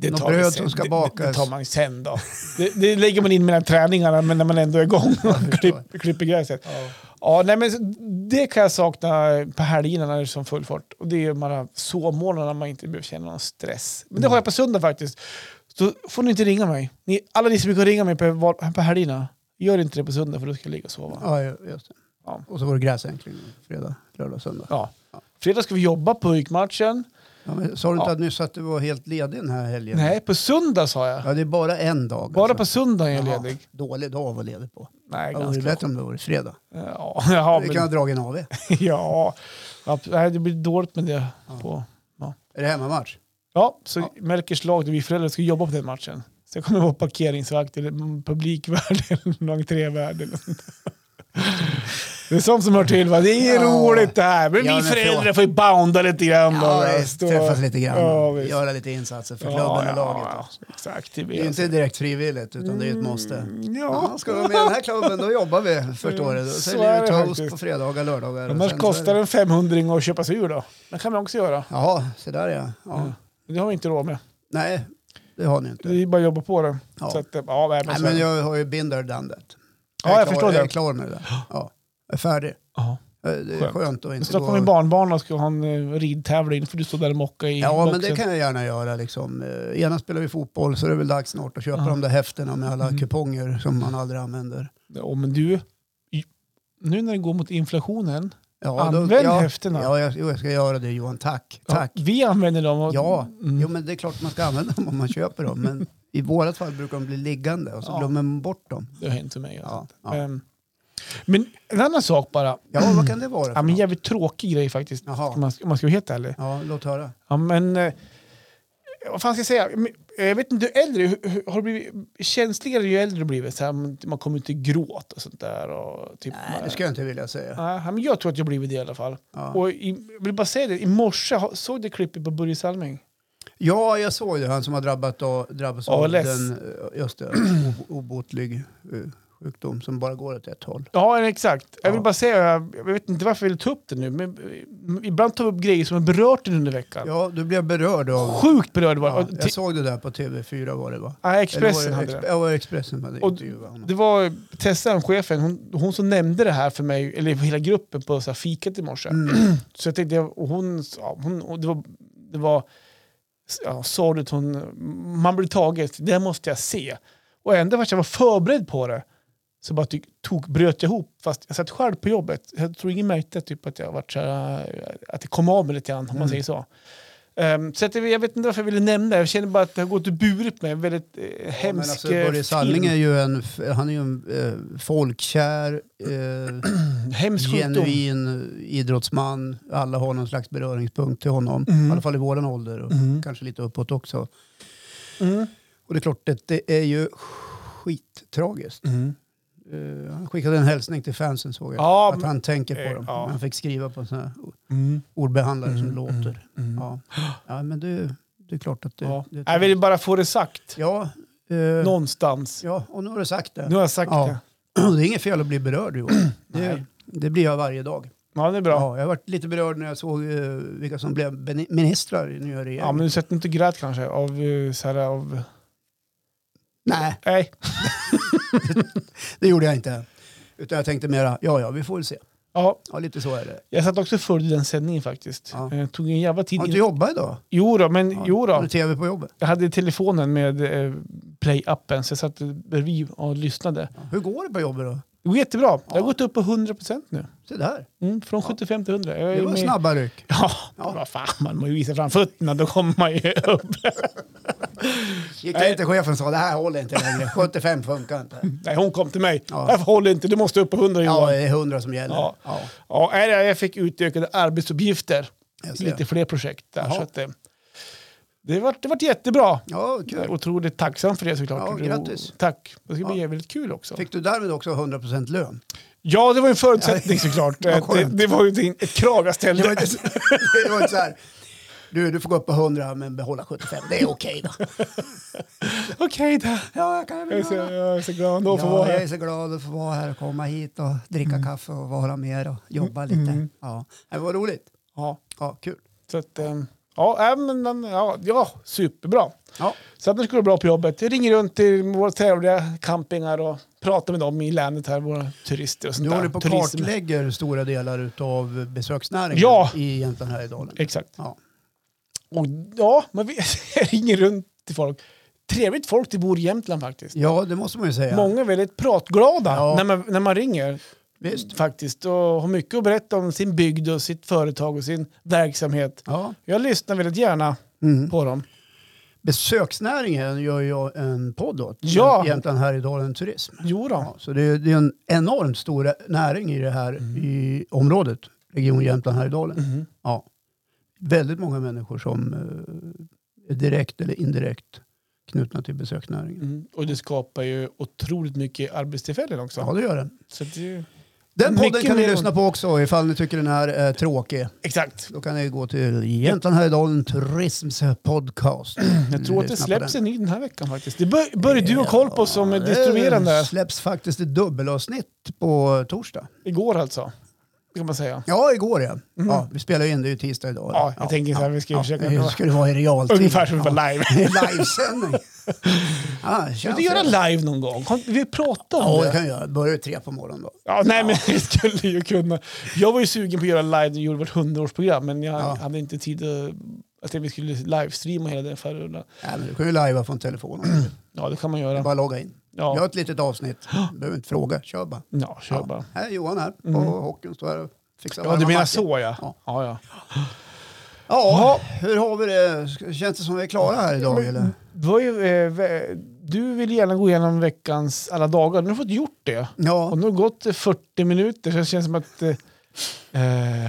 Speaker 2: Det
Speaker 1: Något
Speaker 2: tar vi
Speaker 1: bröd
Speaker 2: sen.
Speaker 1: som ska
Speaker 2: Det- Det, det
Speaker 1: bakas.
Speaker 2: tar man sen då. Det, det lägger man in mellan träningarna men när man ändå är igång och klipp, klipper gräset.
Speaker 1: Ja.
Speaker 2: Ja, nej, men det kan jag sakna på helgerna när det är som full fart. Och det är ju bara sovmorgnar när man inte behöver känna någon stress. Men det har jag på söndag faktiskt. Så får ni inte ringa mig. Ni, alla ni som brukar ringa mig på, val- på helgerna, gör inte det på söndag för då ska jag ligga och sova.
Speaker 1: ja, just det.
Speaker 2: Ja.
Speaker 1: Och så var det gräsänkling fredag, lördag, söndag.
Speaker 2: Ja. Fredag ska vi jobba på matchen
Speaker 1: Ja, men, sa du inte
Speaker 2: Ja.
Speaker 1: att nyss att du var helt ledig den här helgen?
Speaker 2: Nej, på söndag sa jag.
Speaker 1: Ja, det är bara en dag.
Speaker 2: Bara
Speaker 1: alltså.
Speaker 2: på söndag är jag
Speaker 1: Jaha,
Speaker 2: ledig.
Speaker 1: Dålig dag att vara ledig på.
Speaker 2: Nej,
Speaker 1: Ja, det är
Speaker 2: ganska
Speaker 1: bättre om det var fredag.
Speaker 2: Ja, ja,
Speaker 1: Vi
Speaker 2: men-
Speaker 1: kan ha dragit en AW.
Speaker 2: Ja, abs- nej, det blir dåligt med det.
Speaker 1: Ja.
Speaker 2: På.
Speaker 1: Är det hemmamatch?
Speaker 2: Ja, så
Speaker 1: Ja.
Speaker 2: Melkers lag, där vi föräldrar ska jobba på den matchen. Så jag kommer vara parkeringsvakt eller mm, publikvärd eller någon entrévärd. eller något sånt. Det är sånt som hör till va? Det är
Speaker 1: Ja.
Speaker 2: roligt det här. Men
Speaker 1: Ja,
Speaker 2: vi
Speaker 1: men
Speaker 2: föräldrar
Speaker 1: förlåt.
Speaker 2: får ju bounda lite grann.
Speaker 1: Ja,
Speaker 2: bara,
Speaker 1: ja,
Speaker 2: stå-
Speaker 1: träffas lite grann.
Speaker 2: Ja,
Speaker 1: och
Speaker 2: visst.
Speaker 1: göra lite insatser för klubben och laget.
Speaker 2: Ja,
Speaker 1: också.
Speaker 2: exakt, det
Speaker 1: Det är ju
Speaker 2: vet
Speaker 1: inte direkt frivilligt utan det är ju ett måste.
Speaker 2: jag.
Speaker 1: Ja,
Speaker 2: Ja. Mm.
Speaker 1: ska du vara med i den här klubben då jobbar vi förstår du. Då
Speaker 2: Så
Speaker 1: säljer
Speaker 2: är
Speaker 1: vi
Speaker 2: det
Speaker 1: toast
Speaker 2: faktiskt.
Speaker 1: på fredagar, lördagar. och
Speaker 2: Annars
Speaker 1: sen så är
Speaker 2: kostar
Speaker 1: det-
Speaker 2: en 500 att köpa sig ur då. Det kan man också göra.
Speaker 1: Jaha, se där ja. ja.
Speaker 2: Mm. Det har vi inte råd med.
Speaker 1: Nej, det har ni inte.
Speaker 2: Det är bara att jobba på det.
Speaker 1: Ja.
Speaker 2: Så att, ja, nej, men,
Speaker 1: Nej,
Speaker 2: så-
Speaker 1: men jag har ju binder done that.
Speaker 2: Ja,
Speaker 1: är
Speaker 2: jag
Speaker 1: klar,
Speaker 2: förstår det.
Speaker 1: Jag är klar med det där. Ja, jag är färdig.
Speaker 2: Ja.
Speaker 1: Det är
Speaker 2: Skönt.
Speaker 1: skönt, att inte
Speaker 2: Så
Speaker 1: gå...
Speaker 2: kommer min barnbarn och ska ha en eh, ridtävling. får du stå där och mocka i
Speaker 1: Ja, men
Speaker 2: boxen.
Speaker 1: det kan jag gärna göra. Liksom. Eh, Ena spelar vi fotboll så är det väl dags snart att köpa
Speaker 2: Ja.
Speaker 1: de där häftena med alla
Speaker 2: Mm.
Speaker 1: kuponger som man aldrig använder.
Speaker 2: Ja, men du, i- nu när det går mot inflationen,
Speaker 1: Ja,
Speaker 2: använd
Speaker 1: ja,
Speaker 2: häftena.
Speaker 1: Ja, jag, jo, jag ska göra det Johan. Tack.
Speaker 2: Ja,
Speaker 1: Tack.
Speaker 2: vi använder dem. Och,
Speaker 1: Ja,
Speaker 2: Mm.
Speaker 1: jo, men det är klart man ska använda dem om man köper dem. Men i vårat fall brukar de bli liggande och så
Speaker 2: Ja.
Speaker 1: glömmer man bort dem.
Speaker 2: Det har hänt för mig.
Speaker 1: Ja, ja.
Speaker 2: Men, men en annan sak bara.
Speaker 1: ja vad kan det vara?
Speaker 2: Ja,
Speaker 1: för
Speaker 2: men
Speaker 1: något?
Speaker 2: jävligt tråkig grej faktiskt. Om
Speaker 1: Jaha.
Speaker 2: man, ska- om man ska vara helt ärlig.
Speaker 1: Ja, låt höra.
Speaker 2: Ja, men, eh, vad fan ska jag säga? Men, eh, Jag vet inte, du är äldre, hur- hur- har du blivit känsligare ju äldre du blivit? Så här, man man kommer inte gråt och sånt där. Och, typ,
Speaker 1: Nej, det skulle jag inte vilja säga.
Speaker 2: Nej, men jag tror att jag blivit det i alla fall.
Speaker 1: Ja,
Speaker 2: Och i, jag vill bara säga det, i morse ha- såg du klippet på Börje Salming?
Speaker 1: ja jag såg det. Han som har drabbat av, drabbats av
Speaker 2: ALS.
Speaker 1: den eh, just det, o- obotlig eh, sjukdom som bara går åt ett håll.
Speaker 2: Ja, exakt. Jag vill
Speaker 1: Ja.
Speaker 2: bara säga, jag jag vet inte varför jag vill ta upp det nu, men eh, ibland tar vi upp grejer som har berört en under veckan.
Speaker 1: Ja, du blev berörd av...
Speaker 2: Sjukt berörd var
Speaker 1: Ja,
Speaker 2: jag.
Speaker 1: jag såg det där på TV4 var det va?
Speaker 2: Ja,
Speaker 1: Eller
Speaker 2: Expressen
Speaker 1: var
Speaker 2: hade
Speaker 1: det. Ex-
Speaker 2: det.
Speaker 1: Ja, var det Expressen hade
Speaker 2: Och-
Speaker 1: intervjuat honom.
Speaker 2: Det var Tessan, chefen, hon, hon som nämnde det här för mig, eller hela gruppen på så här fikat i morse.
Speaker 1: Mm.
Speaker 2: Så jag tänkte, och hon, ja, hon och det var, det var ja, sorgligt, hon, man blir taget, det här måste jag se. Och ändå fast jag var förberedd på det, så bara tyck, tog, bröt jag ihop. Fast jag satt själv på jobbet, jag tror ingen märkte typ, att jag varit så här, att det kom av mig lite grann, om man
Speaker 1: Mm.
Speaker 2: säger så. Ehm, så att jag, jag vet inte varför jag ville nämna det, jag känner bara att det har gått och burit mig. En väldigt eh,
Speaker 1: Ja, men
Speaker 2: hemsk
Speaker 1: alltså,
Speaker 2: eh,
Speaker 1: Börje Salming
Speaker 2: film.
Speaker 1: är ju en, f- han är ju en eh, folkkär, eh,
Speaker 2: hemsk sjukdom.
Speaker 1: genuin eh, idrottsman. Alla har någon slags beröringspunkt till honom.
Speaker 2: Mm.
Speaker 1: I alla fall i våran ålder och
Speaker 2: Mm.
Speaker 1: kanske lite uppåt också.
Speaker 2: Mm.
Speaker 1: Och det är klart, det, det är ju skittragiskt.
Speaker 2: Mm.
Speaker 1: Eh, han skickade en hälsning till fansen såg jag.
Speaker 2: Ja,
Speaker 1: att
Speaker 2: men-
Speaker 1: han tänker
Speaker 2: eh,
Speaker 1: på dem.
Speaker 2: ja.
Speaker 1: Han fick skriva på en sån här o-
Speaker 2: Mm.
Speaker 1: ordbehandlare som
Speaker 2: Mm,
Speaker 1: låter.
Speaker 2: Mm.
Speaker 1: Ja. ja, men det, det är klart att det...
Speaker 2: Ja.
Speaker 1: det
Speaker 2: Jag ville bara få det sagt.
Speaker 1: ja, eh,
Speaker 2: Någonstans.
Speaker 1: ja, och nu har du sagt det.
Speaker 2: Nu har jag sagt
Speaker 1: Ja.
Speaker 2: det.
Speaker 1: Det är inget fel att bli berörd Johan. Det,
Speaker 2: Nej.
Speaker 1: det blir jag varje dag.
Speaker 2: Ja, det är bra. Ja,
Speaker 1: Ja, jag har varit lite berörd när jag såg eh, vilka som blev beni- ministrar i nya regeringen.
Speaker 2: men du sätter inte grät kanske? Av, eh, så här, av...
Speaker 1: Nej,
Speaker 2: Nej.
Speaker 1: det gjorde jag inte. Utan jag tänkte mera, ja ja, vi får väl se.
Speaker 2: Ja,
Speaker 1: Ja, lite så är det.
Speaker 2: jag satt också och följde den sändningen faktiskt.
Speaker 1: Ja.
Speaker 2: Eh, tog en jävla tid.
Speaker 1: Har du inte
Speaker 2: innan-
Speaker 1: jobbat idag?
Speaker 2: Jo då, men
Speaker 1: Ja,
Speaker 2: jo
Speaker 1: Har
Speaker 2: då.
Speaker 1: du tv på jobbet?
Speaker 2: Jag hade telefonen med eh, play-appen så jag satt bredvid och lyssnade.
Speaker 1: Ja. Hur går det på jobbet då?
Speaker 2: Det går jättebra. Jag har
Speaker 1: Ja.
Speaker 2: gått upp på 100% nu.
Speaker 1: Se där,
Speaker 2: Mm, från
Speaker 1: Ja.
Speaker 2: 75 till 100. Jag är
Speaker 1: det var
Speaker 2: med-
Speaker 1: snabba ryck.
Speaker 2: Ja,
Speaker 1: Ja.
Speaker 2: vad fan, man måste ju visa fram fötterna, då kommer man ju upp.
Speaker 1: Gick
Speaker 2: Nej.
Speaker 1: det inte chefen sa, det här håller inte längre, 75 funkar inte.
Speaker 2: Nej, hon kom till mig.
Speaker 1: Ja.
Speaker 2: Varför håller inte? Du måste upp på 100
Speaker 1: Ja,
Speaker 2: Johan. Ja,
Speaker 1: det är 100 som gäller.
Speaker 2: Ja.
Speaker 1: Ja.
Speaker 2: ja, nej, jag fick utökade arbetsuppgifter.
Speaker 1: jag ser.
Speaker 2: Lite fler projekt där.
Speaker 1: Jaha.
Speaker 2: Så att, eh, det vart det vart jättebra.
Speaker 1: ja,
Speaker 2: Jag är
Speaker 1: kul.
Speaker 2: otroligt tacksam för det såklart.
Speaker 1: Ja, grattis.
Speaker 2: Och- Tack. Det ska bli
Speaker 1: Ja.
Speaker 2: jävligt kul också.
Speaker 1: Fick du därmed också 100% lön?
Speaker 2: Ja, det var ju en förutsättning såklart.
Speaker 1: Vad
Speaker 2: Det,
Speaker 1: skönt.
Speaker 2: det var ju ett krav jag
Speaker 1: Det var
Speaker 2: ställde.
Speaker 1: inte, så- det var inte så här, du, du får gå upp på 100 men behålla 75, det är okej då.
Speaker 2: Okej då.
Speaker 1: Ja, jag kan
Speaker 2: Jag är
Speaker 1: väl
Speaker 2: så,
Speaker 1: göra.
Speaker 2: jag är så glad ändå för att
Speaker 1: Ja,
Speaker 2: vara
Speaker 1: jag
Speaker 2: här.
Speaker 1: är så glad att få vara här och komma hit och dricka kaffe och vara mer och jobba lite. Ja, det var roligt.
Speaker 2: Ja,
Speaker 1: Ja, kul.
Speaker 2: så att, eh, ja, nej, men, den- ja, ja, superbra.
Speaker 1: Ja,
Speaker 2: Så att det skulle gå bra på jobbet. Jag ringer runt till våra trevliga campingar och pratar med dem i länet här, våra turister och sånt
Speaker 1: du
Speaker 2: där.
Speaker 1: håller på och
Speaker 2: Turism.
Speaker 1: kartlägger stora delar av besöksnäringen
Speaker 2: Ja.
Speaker 1: i Jämtland Härjedalen.
Speaker 2: Exakt.
Speaker 1: Ja.
Speaker 2: Och ja, man vet, jag ringer runt till folk. Trevligt folk det bor i Jämtland faktiskt.
Speaker 1: ja, det måste man ju säga.
Speaker 2: Många är väldigt pratglada
Speaker 1: Ja.
Speaker 2: när, man, när man ringer.
Speaker 1: Visst.
Speaker 2: Faktiskt. Och har mycket att berätta om sin bygd och sitt företag och sin verksamhet.
Speaker 1: Ja.
Speaker 2: Jag lyssnar väldigt gärna
Speaker 1: Mm.
Speaker 2: på dem.
Speaker 1: Besöksnäringen gör jag en podd åt,
Speaker 2: Ja.
Speaker 1: Jämtland Härjedalen Turism.
Speaker 2: Jo då.
Speaker 1: Ja, så det är, det är en enormt stor näring i det här
Speaker 2: Mm.
Speaker 1: i området, Region Jämtland Härjedalen.
Speaker 2: Mhm.
Speaker 1: Ja. Väldigt många människor som eh, är direkt eller indirekt knutna till
Speaker 2: mhm.
Speaker 1: besöksnäringen.
Speaker 2: Mm. Och det skapar ju otroligt mycket arbetstillfällen också.
Speaker 1: Ja, det gör det.
Speaker 2: Så att det,
Speaker 1: Den podden
Speaker 2: Mycket
Speaker 1: kan ni
Speaker 2: mer-
Speaker 1: lyssna på också ifall ni tycker den här är tråkig.
Speaker 2: Exakt.
Speaker 1: Då kan ni gå till Jämtland Härjedalen Turisms podcast.
Speaker 2: Jag tror att
Speaker 1: Mm,
Speaker 2: det
Speaker 1: Lyssna på
Speaker 2: släpps
Speaker 1: den.
Speaker 2: en ny den här veckan faktiskt. Det bör, börjar du ha koll på som är distribuerande.
Speaker 1: Det släpps faktiskt ett dubbelavsnitt på torsdag.
Speaker 2: Igår alltså. Kan man säga.
Speaker 1: Ja, igår ja. ja vi spelar ju in, det är ju tisdag idag.
Speaker 2: Mhm. Ja, jag tänker så här, vi ska ju försöka-
Speaker 1: Det skulle vara i realtid.
Speaker 2: Ungefär som vi
Speaker 1: ja.
Speaker 2: var live.
Speaker 1: Livesändning. Ja, det
Speaker 2: Kan
Speaker 1: känns
Speaker 2: du göra
Speaker 1: det.
Speaker 2: live någon gång? Kan vi prata om
Speaker 1: Ja, det
Speaker 2: det?
Speaker 1: kan jag göra. Börjar ju tre på morgonen då.
Speaker 2: Ja, nej, men vi skulle ju kunna. Jag var ju sugen på att göra live när vi gjorde vårt 100-årsprogram, men jag
Speaker 1: Ja.
Speaker 2: hade inte tid. eh, Jag tänkte vi skulle livestreama hela den förra
Speaker 1: Nej, men du kan ju lajva från telefonen.
Speaker 2: Ja, det kan man
Speaker 1: Det är
Speaker 2: göra.
Speaker 1: bara att logga in. Jag har
Speaker 2: Mm. Ja,
Speaker 1: ett litet avsnitt. Du behöver inte fråga, kör bara.
Speaker 2: ja kör
Speaker 1: Ja.
Speaker 2: bara.
Speaker 1: Här är Johan här på
Speaker 2: Mm.
Speaker 1: hockeyn. Står här och fixar
Speaker 2: Ja,
Speaker 1: varma
Speaker 2: du menar
Speaker 1: mackor.
Speaker 2: så ja.
Speaker 1: Ja.
Speaker 2: Ja, ja.
Speaker 1: Ja, hur har vi det? Ska- Känns det som vi är klara här idag?
Speaker 2: Men
Speaker 1: eller?
Speaker 2: det var ju, eh, vä- du vill gärna gå igenom veckans alla dagar. Nu har du fått gjort det.
Speaker 1: Ja,
Speaker 2: Och nu har det gått eh, 40 minuter så det känns som att... Eh,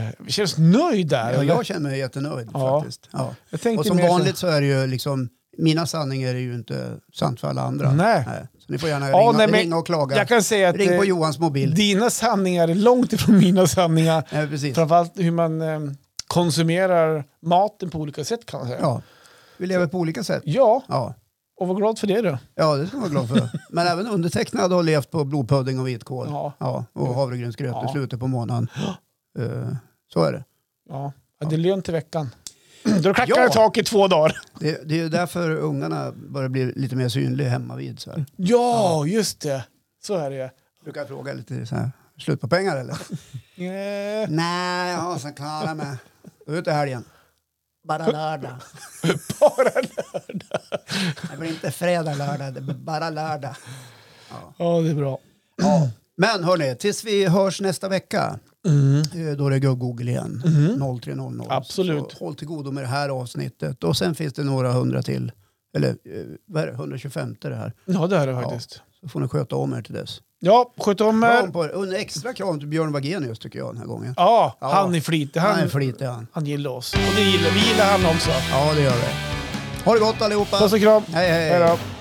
Speaker 2: eh, vi känns nöjd där.
Speaker 1: ja,
Speaker 2: eller?
Speaker 1: jag känner mig jättenöjd
Speaker 2: Ja.
Speaker 1: faktiskt. Ja.
Speaker 2: Jag tänkte
Speaker 1: Och som
Speaker 2: mer så-
Speaker 1: vanligt så är det ju liksom, mina sanningar är ju inte sant för alla andra.
Speaker 2: Nej.
Speaker 1: Så ni får gärna
Speaker 2: Ja,
Speaker 1: ringa,
Speaker 2: nej, men
Speaker 1: ringa och klaga.
Speaker 2: Jag kan säga att
Speaker 1: Ring på
Speaker 2: eh,
Speaker 1: Johans mobil.
Speaker 2: dina sanningar är långt ifrån mina sanningar.
Speaker 1: Ja, precis.
Speaker 2: Framförallt hur man eh, konsumerar maten på olika sätt kan man säga. Ja,
Speaker 1: Ja. Vi lever på olika sätt. Ja.
Speaker 2: och var glad för det du.
Speaker 1: ja, det ska man vara glad för. Men även undertecknad har levt på blodpudding och vitkål.
Speaker 2: Ja.
Speaker 1: Ja, och havregrynsgröt i
Speaker 2: Ja.
Speaker 1: slutet på månaden. Eh, så är det.
Speaker 2: Ja. Ja, det är lön till veckan. Då klackar
Speaker 1: Ja.
Speaker 2: det tak i två dagar.
Speaker 1: det. Det är ju därför ungarna börjar bli lite mer synliga hemma vid. Så här.
Speaker 2: Ja, just det. Så är det.
Speaker 1: Brukar jag fråga lite så här, slut på pengar eller?
Speaker 2: Eh,
Speaker 1: Nej, jag har så klarar jag mig. Då är det helgen. Bara lördag.
Speaker 2: Bara
Speaker 1: Det blir inte fredag, lördag. Det blir bara lördag.
Speaker 2: Ja, det är bra.
Speaker 1: Ja. Men hörni, tills vi hörs nästa vecka.
Speaker 2: Mm.
Speaker 1: eh, Då är det Google igen. 0300.
Speaker 2: Mhm. Absolut.
Speaker 1: Så håll till godo med det här avsnittet. Och sen finns det några hundra till. Eller eh, vad är det? 125 det här.
Speaker 2: Ja, det är det faktiskt.
Speaker 1: Så får ni sköta om er till dess.
Speaker 2: Ja, sköt om
Speaker 1: Kram
Speaker 2: er.
Speaker 1: på er. Och en extra kram till Björn Wagenius tycker jag den här gången.
Speaker 2: Ja,
Speaker 1: Ja.
Speaker 2: han är flitig.
Speaker 1: Han
Speaker 2: Han,
Speaker 1: är flitig han.
Speaker 2: han gillar oss. Och det gillar, vi gillar han också.
Speaker 1: Ja, det gör vi. Ha det gott allihopa.
Speaker 2: Puss och kram.
Speaker 1: Hej, hej.
Speaker 2: Hej då.